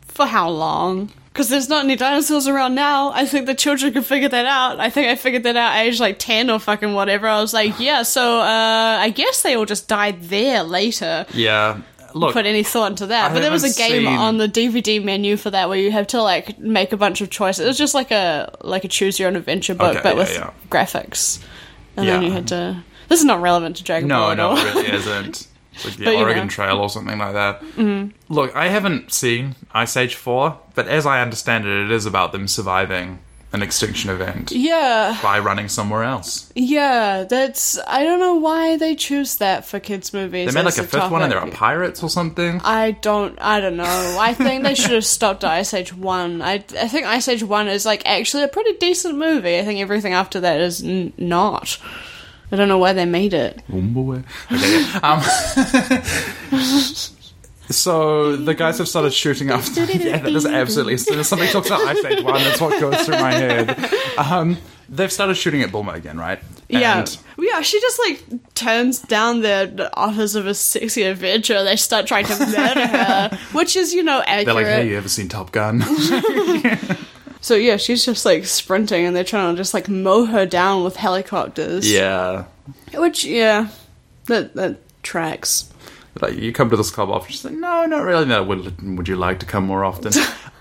Speaker 2: for how long? Because there's not any dinosaurs around now. I think the children can figure that out. I think I figured that out at age like 10 or fucking whatever. I was like, yeah, so uh, I guess they all just died there later.
Speaker 1: Yeah. Look,
Speaker 2: Put any thought into that.
Speaker 1: I
Speaker 2: but there was a
Speaker 1: haven't
Speaker 2: game
Speaker 1: seen-
Speaker 2: on the DVD menu for that where you have to like make a bunch of choices. It was just like a like a choose your own adventure book,
Speaker 1: Okay,
Speaker 2: but
Speaker 1: yeah,
Speaker 2: with
Speaker 1: yeah.
Speaker 2: graphics. And then
Speaker 1: Yeah.
Speaker 2: you had to. This is not relevant to Dragon Ball.
Speaker 1: No,
Speaker 2: at
Speaker 1: no,
Speaker 2: all.
Speaker 1: it really isn't. It's like the
Speaker 2: But, you
Speaker 1: Oregon
Speaker 2: know. Mm-hmm.
Speaker 1: Trail or something like that. Look, I haven't seen Ice Age 4, but as I understand it, it is about them surviving an extinction event
Speaker 2: <laughs> yeah.
Speaker 1: by running somewhere else.
Speaker 2: Yeah, that's. I don't know why they choose that for kids' movies.
Speaker 1: They made like
Speaker 2: as
Speaker 1: a fifth one and they're
Speaker 2: topic.
Speaker 1: pirates or something.
Speaker 2: I don't. I don't know. I think they should have stopped at Ice Age One. I, I think Ice Age One is like actually a pretty decent movie. I think everything after that is n- not. I don't know why they made it.
Speaker 1: Boomboy. Okay, yeah. um, <laughs> so the guys have started shooting up. <laughs> yeah, that is absolutely. As soon as somebody talks about Ice Age 1, that's what goes through my head. Um, they've started shooting at Bulma again, right?
Speaker 2: Yeah,
Speaker 1: And-
Speaker 2: yeah. She just like turns down the the offers of a sexy adventure. They start trying to murder
Speaker 1: <laughs>
Speaker 2: her, which is you know accurate.
Speaker 1: they're like, hey, you ever seen Top Gun?
Speaker 2: So yeah, she's just like sprinting, and they're trying to just like mow her down with helicopters.
Speaker 1: yeah.
Speaker 2: Which yeah, that that tracks.
Speaker 1: like you come to this club often. She's like, no, not really. No, would, would you like to come more
Speaker 2: <laughs>
Speaker 1: often?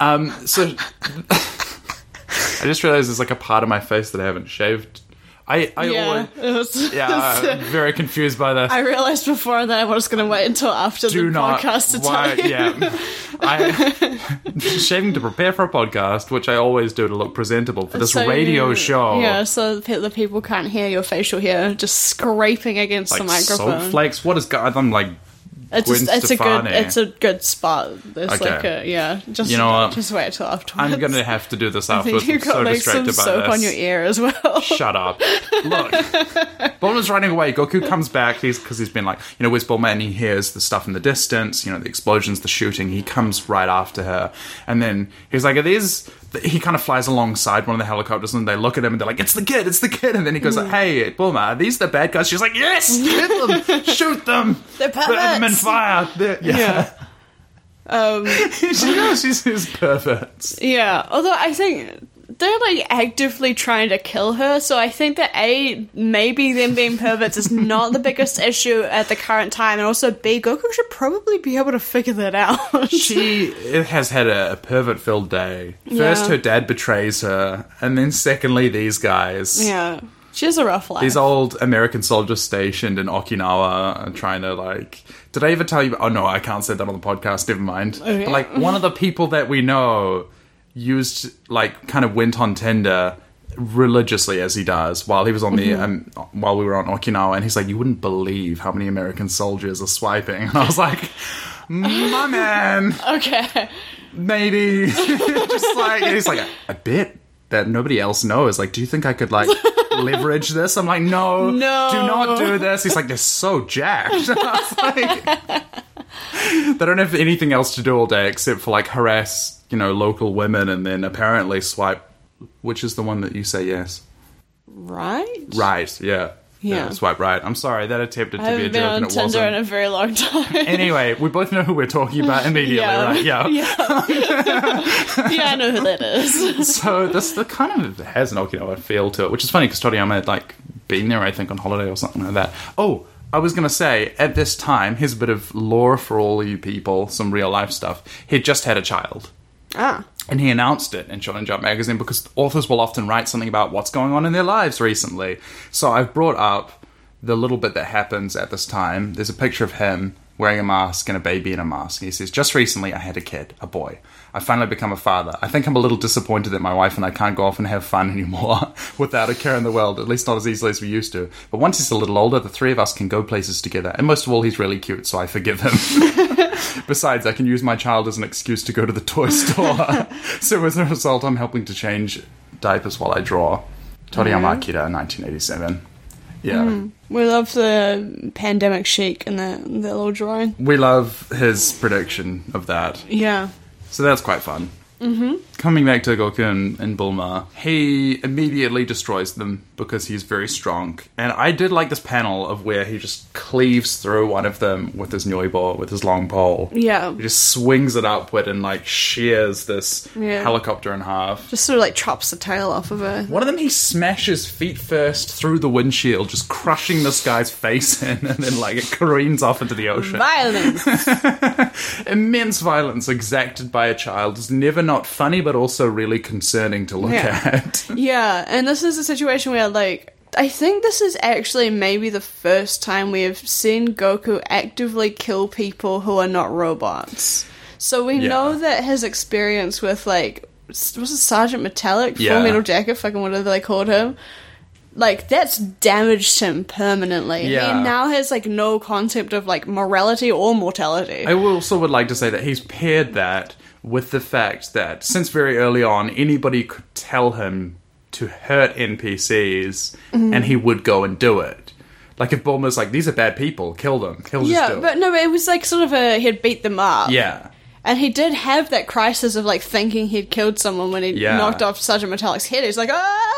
Speaker 1: um, so <laughs> I just realized there's like a part of my face that I haven't shaved. I, I
Speaker 2: yeah,
Speaker 1: always,
Speaker 2: <laughs> it was-
Speaker 1: yeah, I'm very confused by this.
Speaker 2: I realized before that I was going to wait until after
Speaker 1: Do
Speaker 2: the
Speaker 1: not,
Speaker 2: podcast to
Speaker 1: why,
Speaker 2: <laughs> tell you.
Speaker 1: yeah, I <laughs> shaving to prepare for a podcast, which I always do to look presentable for this
Speaker 2: So
Speaker 1: radio
Speaker 2: you-
Speaker 1: show.
Speaker 2: Yeah, so the pe- the people can't hear your facial hair just scraping against
Speaker 1: like
Speaker 2: the microphone.
Speaker 1: salt flakes. What is God? I'm like,
Speaker 2: it's just,
Speaker 1: Gwen
Speaker 2: it's a good
Speaker 1: Stefani.
Speaker 2: it's a good spot. There's
Speaker 1: Okay.
Speaker 2: like a yeah. Just
Speaker 1: You know what?
Speaker 2: just wait till afterwards.
Speaker 1: I'm
Speaker 2: <laughs>
Speaker 1: gonna have to do this
Speaker 2: I think
Speaker 1: afterwards.
Speaker 2: you
Speaker 1: I'm
Speaker 2: got
Speaker 1: so
Speaker 2: like some
Speaker 1: distracted by
Speaker 2: soap
Speaker 1: this.
Speaker 2: on your ear as well. <laughs>
Speaker 1: Shut up. Look, Bulma's running away. Goku comes back. He's because he's been like, you know, where's Bulma? And he hears the stuff in the distance. You know, the explosions, the shooting. He comes right after her, and then he's like, "Are these?" He kind of flies alongside one of the helicopters, and they look at him, and they're like, "It's the kid! It's the kid!" And then he goes,
Speaker 2: Hmm.
Speaker 1: like, "Hey, Bulma, are these the bad guys?" She's
Speaker 2: <laughs>
Speaker 1: like, "Yes, hit them, shoot them,
Speaker 2: They're
Speaker 1: put them in
Speaker 2: perverts."
Speaker 1: fire." They're- yeah.
Speaker 2: yeah.
Speaker 1: <laughs>
Speaker 2: Um,
Speaker 1: she knows she's his perverts.
Speaker 2: yeah. Although I think they're like actively trying to kill her, so I think that A, maybe them being perverts is not the biggest <laughs> issue at the current time, and also B, Goku should probably be able to figure that out. <laughs>
Speaker 1: She has had a, a pervert filled day. First,
Speaker 2: Yeah.
Speaker 1: her dad betrays her, and then, secondly, these guys.
Speaker 2: yeah. She has a rough life.
Speaker 1: These old American soldiers stationed in Okinawa are trying to, like. Did I ever tell you? Oh, no, I can't say that on the podcast. Never mind.
Speaker 2: Okay.
Speaker 1: But, like, one of the people that we know used, like, kind of went on Tinder religiously as he does while he was on the um,
Speaker 2: Mm-hmm.
Speaker 1: while we were on Okinawa and he's like you wouldn't believe how many American soldiers are swiping <laughs> and I was like my man
Speaker 2: okay.
Speaker 1: maybe <laughs> just like and he's like a bit that nobody else knows like do you think i could like leverage this i'm like no
Speaker 2: No.
Speaker 1: do not do this he's like they're so jacked <laughs> I was like, they don't have anything else to do all day except for like harass you know local women and then apparently swipe which is the one that you say yes
Speaker 2: Right?
Speaker 1: right yeah
Speaker 2: Yeah.
Speaker 1: swipe right i'm sorry that attempted to
Speaker 2: I
Speaker 1: be a joke
Speaker 2: haven't been on
Speaker 1: and it
Speaker 2: Tinder
Speaker 1: wasn't
Speaker 2: in a very
Speaker 1: <laughs>
Speaker 2: long time.
Speaker 1: anyway we both know who we're talking about
Speaker 2: <laughs>
Speaker 1: immediately right yeah
Speaker 2: Yeah. <laughs> yeah, I know who that
Speaker 1: <laughs>
Speaker 2: is.
Speaker 1: so this the kind of has an Okinawa feel to it, which is funny because Toriyama had like been there, I think, on holiday or something like that. Oh, I was gonna say at this time, here's a bit of lore for all you people, some real life stuff. He'd just had a child.
Speaker 2: ah.
Speaker 1: And he announced it in Shonen Jump magazine because authors will often write something about what's going on in their lives recently. So I've brought up the little bit that happens at this time. There's a picture of him wearing a mask and a baby in a mask. He says, Just recently I had a kid, a boy. I finally become a father. I think I'm a little disappointed that my wife and I can't go off and have fun <laughs> anymore without a care in the world, at least not as easily as we used to. But once he's a little older, the three of us can go places together. And most of all, he's really cute, so I forgive him. <laughs> Besides, I can use my child as an excuse to go to the toy store. so as a result, I'm helping to change diapers while I draw. Toriyama Akira, 1987. Yeah.
Speaker 2: We love the pandemic chic and the, the little drawing.
Speaker 1: We love his prediction of that.
Speaker 2: Yeah.
Speaker 1: So that's quite fun. Mm-hmm. Coming back to Goku and, and Bulma, he immediately destroys them because he's very strong. And I did like this panel of where he just cleaves through one of them with his Noibo, with his long pole.
Speaker 2: Yeah.
Speaker 1: He just swings it upward and like shears this
Speaker 2: Yeah.
Speaker 1: helicopter in half.
Speaker 2: Just sort of like chops the tail off of her.
Speaker 1: One of them he smashes feet first through the windshield, just crushing this guy's face <laughs> in, and then like it careens off into the ocean.
Speaker 2: Violence!
Speaker 1: Immense violence exacted by a child is never not funny, but also really concerning to look
Speaker 2: Yeah.
Speaker 1: at. <laughs>
Speaker 2: yeah, and this is a situation where, like, I think this is actually maybe the first time we have seen Goku actively kill people who are not robots. So we
Speaker 1: Yeah.
Speaker 2: know that his experience with, like, s- was it Sergeant Metallic?
Speaker 1: Yeah.
Speaker 2: Full Metal Jacket, fucking whatever they called him. Like, that's damaged him permanently.
Speaker 1: Yeah.
Speaker 2: He now has, like, no concept of, like, morality or mortality.
Speaker 1: I will- also would like to say that he's paired that with the fact that since very early on, anybody could tell him to hurt NPCs, and he would go and do it. Like if Bulma's like, "These are bad people, kill them," he'll just
Speaker 2: yeah,
Speaker 1: do
Speaker 2: but
Speaker 1: it.
Speaker 2: no, it was like sort of a he had beat them up.
Speaker 1: Yeah,
Speaker 2: And he did have that crisis of like thinking he'd killed someone when he
Speaker 1: Yeah.
Speaker 2: knocked off Sergeant Metallic's head. He's like, ah!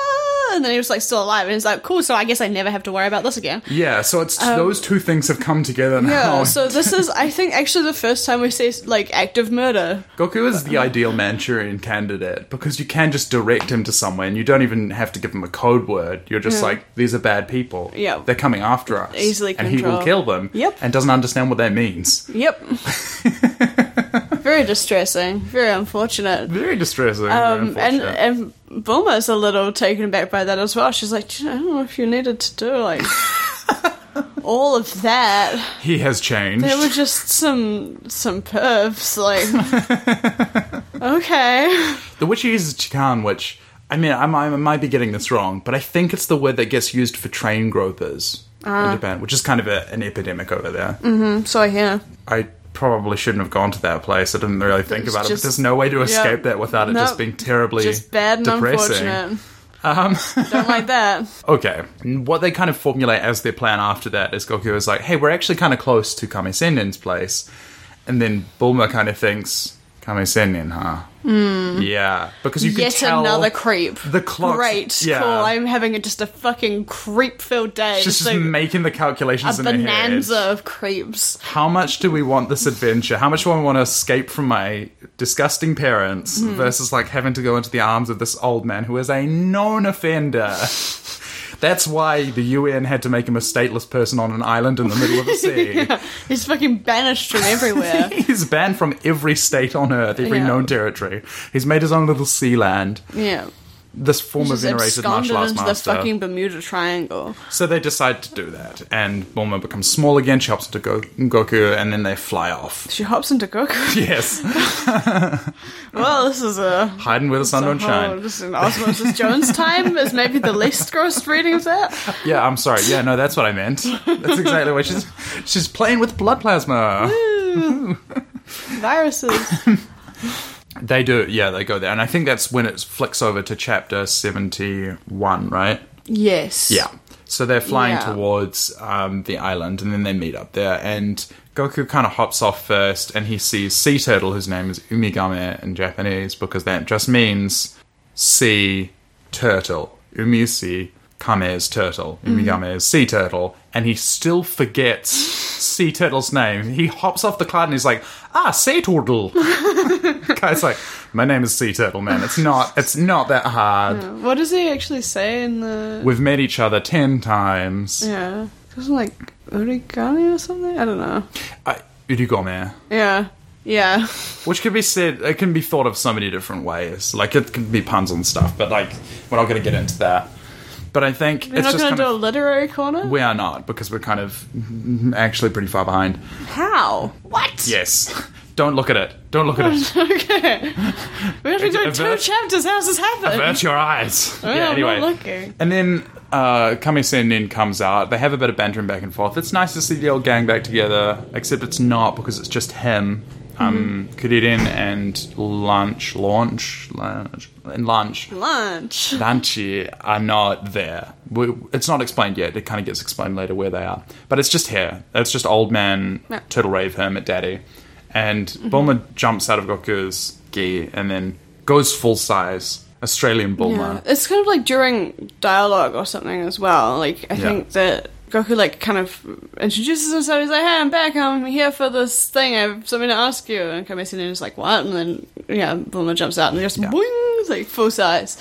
Speaker 2: And then he was like still alive. And he's like, cool, so I guess I never have to worry about
Speaker 1: <laughs>
Speaker 2: this again.
Speaker 1: yeah. So it's those two things have come together now. <laughs>
Speaker 2: Um, Yeah, so this is, I think, actually the first time we see like active murder.
Speaker 1: Goku is
Speaker 2: Uh-huh.
Speaker 1: the ideal Manchurian candidate because you can just direct him to somewhere, and you don't even have to give him a code word. You're just
Speaker 2: Yeah.
Speaker 1: like, "These are bad people.
Speaker 2: Yeah.
Speaker 1: they're coming after us.
Speaker 2: Easily
Speaker 1: and he will
Speaker 2: control.
Speaker 1: kill them.
Speaker 2: Yep.
Speaker 1: and doesn't understand what that means. <laughs>
Speaker 2: Yep. very distressing, very unfortunate.
Speaker 1: Very distressing.
Speaker 2: Um,
Speaker 1: very
Speaker 2: and
Speaker 1: unfortunate.
Speaker 2: and Bulma's a little taken aback by that as well. She's like, "Do you know, I don't know if you needed to do
Speaker 1: <laughs>
Speaker 2: like all of that.
Speaker 1: He has changed.
Speaker 2: There were just some some pervs,
Speaker 1: <laughs>
Speaker 2: like okay,
Speaker 1: The witch uses chikan, which I mean, I might, I might be getting this wrong, but I think it's the word that gets used for train gropers
Speaker 2: Uh.
Speaker 1: in Japan, which is kind of a, an epidemic over there.
Speaker 2: so I hear.
Speaker 1: I probably shouldn't have gone to that place. I didn't really think
Speaker 2: was
Speaker 1: about it. But
Speaker 2: just-
Speaker 1: there's no way to escape
Speaker 2: yeah.
Speaker 1: that without it
Speaker 2: No,
Speaker 1: just being terribly
Speaker 2: Just bad and
Speaker 1: depressing.
Speaker 2: unfortunate. Um. Don't like that.
Speaker 1: <laughs> Okay. And what they kind of formulate as their plan after that is Goku is like, hey, we're actually kind of close to Kamisenden's place. And then Bulma kind of thinks, Kame Sennen, huh? Yeah, because <laughs> you
Speaker 2: Hmm. Yet
Speaker 1: could tell
Speaker 2: another creep.
Speaker 1: the clock.
Speaker 2: Great.
Speaker 1: yeah.
Speaker 2: Cool. I'm having a, just a fucking creep filled day.
Speaker 1: She's
Speaker 2: Just
Speaker 1: just
Speaker 2: like
Speaker 1: making the calculations
Speaker 2: a
Speaker 1: in her head.
Speaker 2: bonanza of creeps.
Speaker 1: How much do we want this adventure? How much do I want to escape from my disgusting parents
Speaker 2: Hmm.
Speaker 1: versus like having to go into the arms of this old man who is a known offender?
Speaker 2: <laughs>
Speaker 1: That's why the UN had to make him a stateless person on an island in the middle of the
Speaker 2: <laughs>
Speaker 1: sea.
Speaker 2: He's fucking banished from
Speaker 1: <laughs>
Speaker 2: everywhere.
Speaker 1: He's banned from every state on earth, every
Speaker 2: Yeah.
Speaker 1: known territory. He's made his own little sea land.
Speaker 2: yeah.
Speaker 1: This former
Speaker 2: Just
Speaker 1: venerated
Speaker 2: absconded
Speaker 1: martial arts
Speaker 2: into the
Speaker 1: master.
Speaker 2: fucking Bermuda Triangle.
Speaker 1: So they decide to do that, and Bulma becomes small again. She hops into Go- Goku, and then they fly off. <laughs>
Speaker 2: She hops into Goku. <laughs>
Speaker 1: Yes,
Speaker 2: well, this is a
Speaker 1: hiding where the sun don't
Speaker 2: Somehow
Speaker 1: shine.
Speaker 2: Just an Osmosis Jones time is maybe the least gross reading of that.
Speaker 1: Yeah, I'm sorry. Yeah, no, that's what I meant. That's exactly what she's she's playing with blood plasma.
Speaker 2: Viruses.
Speaker 1: They do, yeah, they go there, and I think that's when it flicks over to chapter seventy-one, right?
Speaker 2: Yes.
Speaker 1: Yeah. So they're flying
Speaker 2: Yeah.
Speaker 1: towards um, the island, and then they meet up there. And Goku kind of hops off first, and he sees Sea Turtle, whose name is Umigame in Japanese, because that just means sea turtle. Umusi Kame is turtle.
Speaker 2: Mm-hmm.
Speaker 1: Umigame is sea turtle, and he still forgets Sea Turtle's name. He hops off the cloud and he's like, "Ah, Sea Turtle." <laughs> Guy's like, "My name is Sea Turtle, man. It's not. It's not that hard.
Speaker 2: Uh, What does he actually say in the?
Speaker 1: We've met each other ten times."
Speaker 2: Yeah. Isn't like origami or something? I don't know.
Speaker 1: I, urigome,
Speaker 2: Yeah. Yeah. <laughs>
Speaker 1: which could be said, it can be thought of so many different ways. Like it can be puns on stuff, but like we're not going to get into that. But I think
Speaker 2: We're
Speaker 1: it's
Speaker 2: not
Speaker 1: just
Speaker 2: going to
Speaker 1: kind
Speaker 2: do a
Speaker 1: of
Speaker 2: literary corner.
Speaker 1: we are not because we're kind of actually pretty far behind.
Speaker 2: How? What?
Speaker 1: Yes, <laughs> don't look at it. Don't look at it.
Speaker 2: okay. We have to go two
Speaker 1: avert-
Speaker 2: chapters. How's this happen?
Speaker 1: Avert your
Speaker 2: <laughs>
Speaker 1: eyes.
Speaker 2: I'm
Speaker 1: yeah.
Speaker 2: not
Speaker 1: Anyway,
Speaker 2: looking.
Speaker 1: and then uh, Kami Senin comes out. They have a bit of bantering back and forth. It's nice to see the old gang back together, except it's not because it's just him,
Speaker 2: Mm-hmm.
Speaker 1: um, Kuririn, and Lunch, Launch, Lunch, and Lunch.
Speaker 2: Lunch.
Speaker 1: Banshee are not there. We, it's not explained yet. It kind of gets explained later where they are. But it's just here. It's just old man
Speaker 2: Yeah.
Speaker 1: Turtle Rave Hermit Daddy. And Bulma jumps out of Goku's gi and then goes full size Australian
Speaker 2: Yeah.
Speaker 1: Bulma.
Speaker 2: It's kind of like during dialogue or something as well. Like I
Speaker 1: Yeah.
Speaker 2: think that Goku like kind of introduces himself. He's like, "Hey, I'm back. I'm here for this thing. I have something to ask you." And Kame Senin is like, "What?" And then yeah, Bulma jumps out and just boing, it's like full size.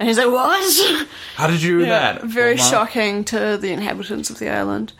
Speaker 2: And he's like, "What?" <laughs>
Speaker 1: How did you do that?
Speaker 2: very
Speaker 1: Bulma?
Speaker 2: shocking to the inhabitants of the island.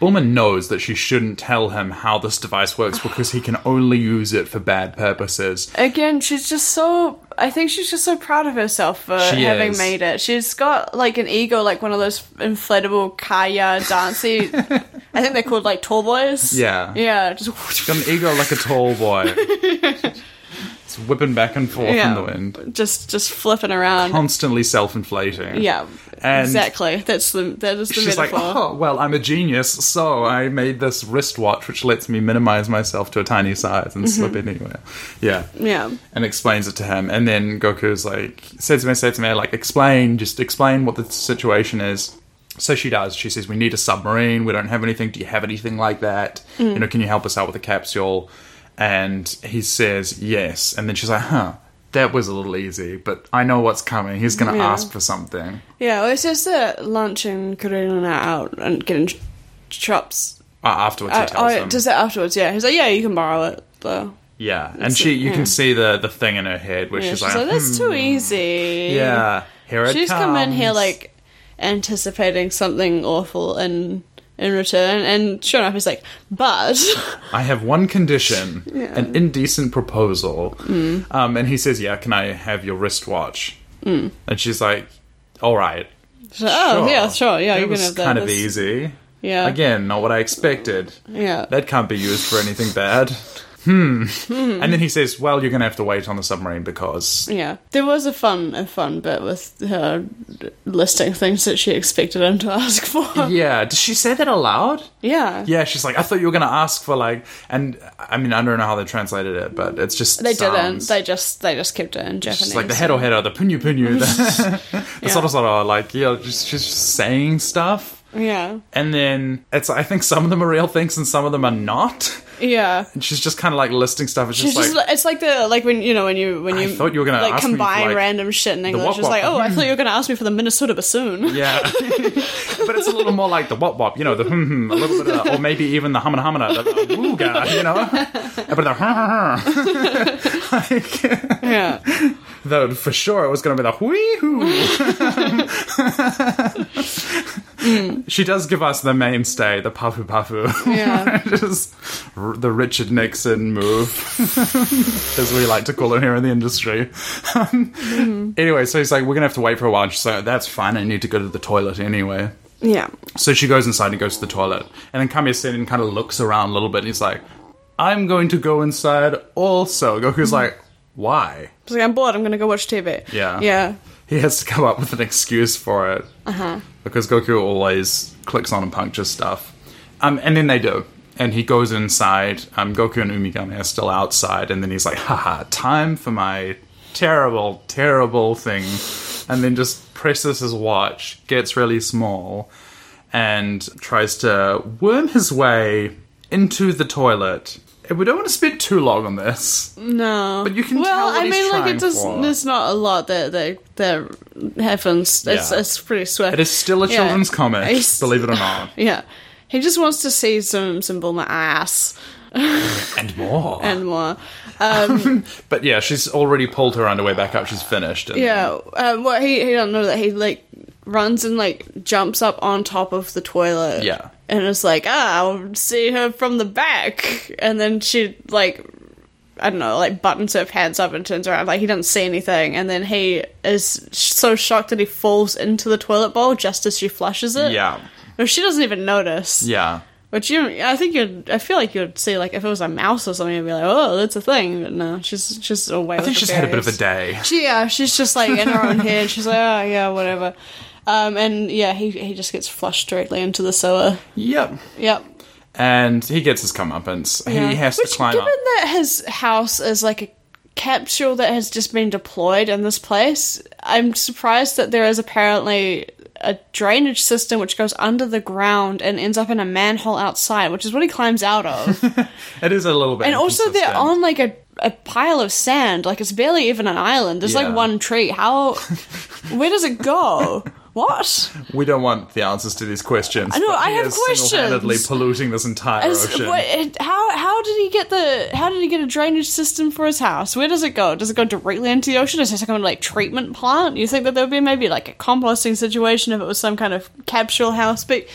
Speaker 1: Bulma knows that she shouldn't tell him how this device works because he can only use it for bad purposes.
Speaker 2: Again, she's just so. I think she's just so proud of herself for
Speaker 1: She
Speaker 2: having
Speaker 1: is.
Speaker 2: made it. She's got like an ego, like one of those inflatable kaya
Speaker 1: <laughs>
Speaker 2: dancey. I think they're called like tall boys.
Speaker 1: Yeah.
Speaker 2: yeah, just
Speaker 1: Got an ego like a tall
Speaker 2: <laughs>
Speaker 1: boy. it's whipping back and forth in the wind.
Speaker 2: just just flipping around.
Speaker 1: Constantly self inflating.
Speaker 2: yeah,
Speaker 1: And-
Speaker 2: exactly. That's the that is the
Speaker 1: She's like,
Speaker 2: metaphor.
Speaker 1: oh, well, I'm a genius, so I made this wristwatch which lets me minimize myself to a tiny size and slip in anywhere. Yeah.
Speaker 2: Mm-hmm. Yeah,
Speaker 1: And explains it to him. And then Goku's like, says to me, says to me, like, explain, just explain what the situation is. So she does. She says, we need a submarine. We don't have anything. Do you have anything like that?
Speaker 2: Mm.
Speaker 1: You know, can you help us out with a capsule? And he says, yes. And then she's like, huh, that was a little easy, but I know what's coming. He's going to
Speaker 2: Yeah.
Speaker 1: ask for something.
Speaker 2: yeah. Well, it's just that lunch and Karina are out and getting ch- chops.
Speaker 1: Uh, afterwards, he
Speaker 2: Uh,
Speaker 1: tells
Speaker 2: oh,
Speaker 1: them.
Speaker 2: does that afterwards? Yeah, he's like, yeah, you can borrow it though.
Speaker 1: Yeah, and she you can
Speaker 2: yeah.
Speaker 1: see the the thing in her head where
Speaker 2: mm. Yeah,
Speaker 1: she's,
Speaker 2: she's
Speaker 1: like,
Speaker 2: like, that's
Speaker 1: "Hmm,
Speaker 2: too easy.
Speaker 1: yeah, here it
Speaker 2: She's
Speaker 1: comes.
Speaker 2: come in here like anticipating something awful and in return and sure enough it's like but <laughs>
Speaker 1: I have one condition,
Speaker 2: Yeah. Mm.
Speaker 1: an indecent proposal. Um, and he says, yeah, can I have your wristwatch? Mm. And she's like, all right.
Speaker 2: So, oh
Speaker 1: sure.
Speaker 2: yeah sure yeah
Speaker 1: That
Speaker 2: you can
Speaker 1: was
Speaker 2: have that
Speaker 1: kind of
Speaker 2: That's-
Speaker 1: easy.
Speaker 2: yeah
Speaker 1: Again, not what I expected.
Speaker 2: yeah
Speaker 1: That can't be used for anything bad. Hmm. and then he says, well, you're going to have to wait on the submarine because
Speaker 2: yeah there was a fun a fun bit with her listing things that she expected him to <laughs> ask for yeah
Speaker 1: yeah, does she say that aloud?
Speaker 2: yeah,
Speaker 1: Yeah, she's like, I thought you were gonna ask for like, and I mean, I don't know how they translated it, but it's just
Speaker 2: they
Speaker 1: sounds.
Speaker 2: didn't they just they just kept it in japanese
Speaker 1: She's like the head or head or the punyu
Speaker 2: <laughs>
Speaker 1: punyu, the, the
Speaker 2: Yeah.
Speaker 1: sort of sort of like yeah, just, she's just saying stuff,
Speaker 2: yeah
Speaker 1: and then it's I think some of them are real things and some of them are not.
Speaker 2: yeah.
Speaker 1: And she's just kind of like listing stuff. It's
Speaker 2: It's
Speaker 1: just
Speaker 2: just,
Speaker 1: like,
Speaker 2: it's like the like when you know when you when
Speaker 1: I
Speaker 2: you
Speaker 1: thought you were gonna
Speaker 2: like
Speaker 1: ask me for,
Speaker 2: combine
Speaker 1: like,
Speaker 2: random shit in
Speaker 1: wop
Speaker 2: English. It's
Speaker 1: wop. <laughs>
Speaker 2: like, oh, I thought you were gonna ask me for the Minnesota bassoon.
Speaker 1: yeah.
Speaker 2: <laughs>
Speaker 1: but it's a little more like the wop wop, you know, the hmm hmm, a little bit of that, or maybe even the humana humana, the, the wooga,
Speaker 2: <laughs>
Speaker 1: you know? But the huh, huh, huh. like,
Speaker 2: <laughs> Yeah,
Speaker 1: though for sure it was going to be the whee hoo. <laughs> She does give us the mainstay, the papu papu.
Speaker 2: yeah.
Speaker 1: <laughs> Just r- the Richard Nixon move, as we like to call it here in the industry. <laughs> Um, Anyway, so he's like, we're going to have to wait for a while. And she's like, that's fine. I need to go to the toilet anyway.
Speaker 2: yeah.
Speaker 1: So she goes inside and goes to the toilet. And then Kamiya Senin kind of looks around a little bit and he's like, I'm going to go inside also. Goku's like, why?
Speaker 2: It's like I'm bored. I'm gonna go watch TV.
Speaker 1: Yeah.
Speaker 2: yeah,
Speaker 1: He has to come up with an excuse for it.
Speaker 2: Uh-huh.
Speaker 1: Because Goku always clicks on and punctures stuff. Um, and then they do. And he goes inside. Um, Goku and Umigami are still outside. And then he's like, haha, time for my terrible, terrible thing. And then just presses his watch, gets really small, and tries to worm his way into the toilet. And We don't want to spend too long on this.
Speaker 2: no.
Speaker 1: But you can
Speaker 2: well,
Speaker 1: tell what
Speaker 2: I
Speaker 1: he's
Speaker 2: mean, like
Speaker 1: trying
Speaker 2: it does.
Speaker 1: for.
Speaker 2: There's not a lot that that that happens. It's
Speaker 1: Yeah.
Speaker 2: it's pretty swift.
Speaker 1: It is still a
Speaker 2: Yeah.
Speaker 1: children's comic,
Speaker 2: It's-
Speaker 1: believe it or not.
Speaker 2: Yeah, he just wants to see some some Bulma ass
Speaker 1: And more.
Speaker 2: and more.
Speaker 1: But yeah, she's already pulled her underwear back up. She's finished. And
Speaker 2: Yeah. Um, well, he he don't know that he like runs and like jumps up on top of the toilet.
Speaker 1: Yeah.
Speaker 2: And it's like, ah, I'll see her from the back, and then she like. I don't know, like buttons her pants up and turns around. Like he doesn't see anything, and then he is sh- so shocked that he falls into the toilet bowl just as she flushes it.
Speaker 1: Yeah.
Speaker 2: or she doesn't even notice.
Speaker 1: Yeah.
Speaker 2: Which you, I think you'd, I feel like you'd see like if it was a mouse or something, you'd be like, oh, that's a thing. But no, she's she's away.
Speaker 1: I think she's had a bit of a day.
Speaker 2: She, yeah, she's just like in her own head. She's like, oh yeah, whatever. Um, and yeah, he he just gets flushed directly into the sewer.
Speaker 1: Yep.
Speaker 2: Yep.
Speaker 1: And he gets his comeuppance.
Speaker 2: yeah.
Speaker 1: He has
Speaker 2: Which,
Speaker 1: to climb
Speaker 2: given
Speaker 1: up.
Speaker 2: that his house is like a capsule that has just been deployed in this place, I'm surprised that there is apparently a drainage system which goes under the ground and ends up in a manhole outside, which is what he climbs out of.
Speaker 1: It is a little bit.
Speaker 2: And also, they're
Speaker 1: inconsistent.
Speaker 2: on like a, a pile of sand. Like it's barely even an island. There's
Speaker 1: Yeah.
Speaker 2: like one
Speaker 1: <laughs>
Speaker 2: tree. How? where does it go? What?
Speaker 1: We don't want the answers to these questions.
Speaker 2: I know,
Speaker 1: but
Speaker 2: I
Speaker 1: he
Speaker 2: have
Speaker 1: is single-handedly
Speaker 2: questions.
Speaker 1: polluting this entire
Speaker 2: Is-
Speaker 1: ocean.
Speaker 2: what- it- how how did he get the how did he get a drainage system for his house? Where does it go? Does it go directly into the ocean? Is it some kind of like treatment plant? You think that there would be maybe like a composting situation if it was some kind of capsule house? But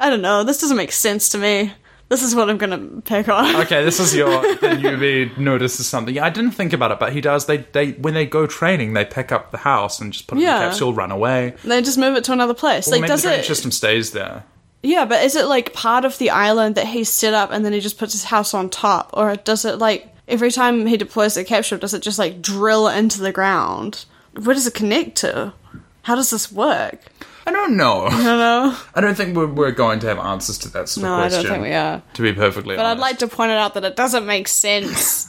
Speaker 2: I don't know. This doesn't make sense to me. This is what I'm gonna pick on.
Speaker 1: Okay, this is your then you be notices something. Yeah, I didn't think about it, but he does. They they when they go training, they pick up the house and just put it in
Speaker 2: Yeah.
Speaker 1: the capsule, run away.
Speaker 2: <laughs> They just move it to another place.
Speaker 1: Well,
Speaker 2: like,
Speaker 1: maybe the
Speaker 2: does
Speaker 1: drainage
Speaker 2: it?
Speaker 1: system stays there.
Speaker 2: Yeah, but is it like part of the island that he set up and then he just puts his house on top? Or does it like every time he deploys the capsule, does it just like drill into the ground? Where does it connect to? How does this work?
Speaker 1: I don't know.
Speaker 2: I don't know.
Speaker 1: <laughs> I don't think we're, we're going to have answers to that sort
Speaker 2: No,
Speaker 1: of
Speaker 2: I
Speaker 1: question.
Speaker 2: don't think we are.
Speaker 1: To be perfectly
Speaker 2: But
Speaker 1: honest,
Speaker 2: I'd like to point out that it doesn't make <laughs> sense.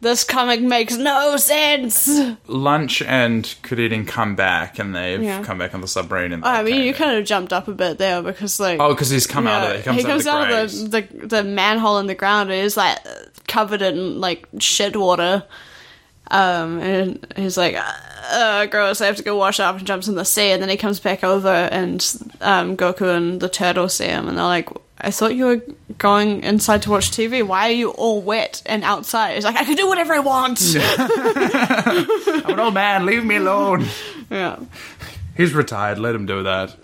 Speaker 2: this comic makes no sense.
Speaker 1: lunch and Kuririn come back, and they've
Speaker 2: Yeah. Oh,
Speaker 1: come back on the submarine. And
Speaker 2: I mean, you
Speaker 1: can
Speaker 2: kind of jumped up a bit there because like
Speaker 1: Oh, because he's come out of
Speaker 2: Yeah,
Speaker 1: it. He comes,
Speaker 2: he comes
Speaker 1: out,
Speaker 2: out,
Speaker 1: of the graves.
Speaker 2: <laughs> of the, the the manhole in the ground and is like covered in like shed water. Um, and he's like, uh, gross, I have to go wash up and jumps in the sea. And then he comes back over and um, Goku and the turtle see him. And they're like, I thought you were going inside to watch TV. Why are you all wet and outside? He's like, I can do whatever I want. Yeah.
Speaker 1: I'm an old man. Leave me alone.
Speaker 2: Yeah.
Speaker 1: he's retired. Let him do that.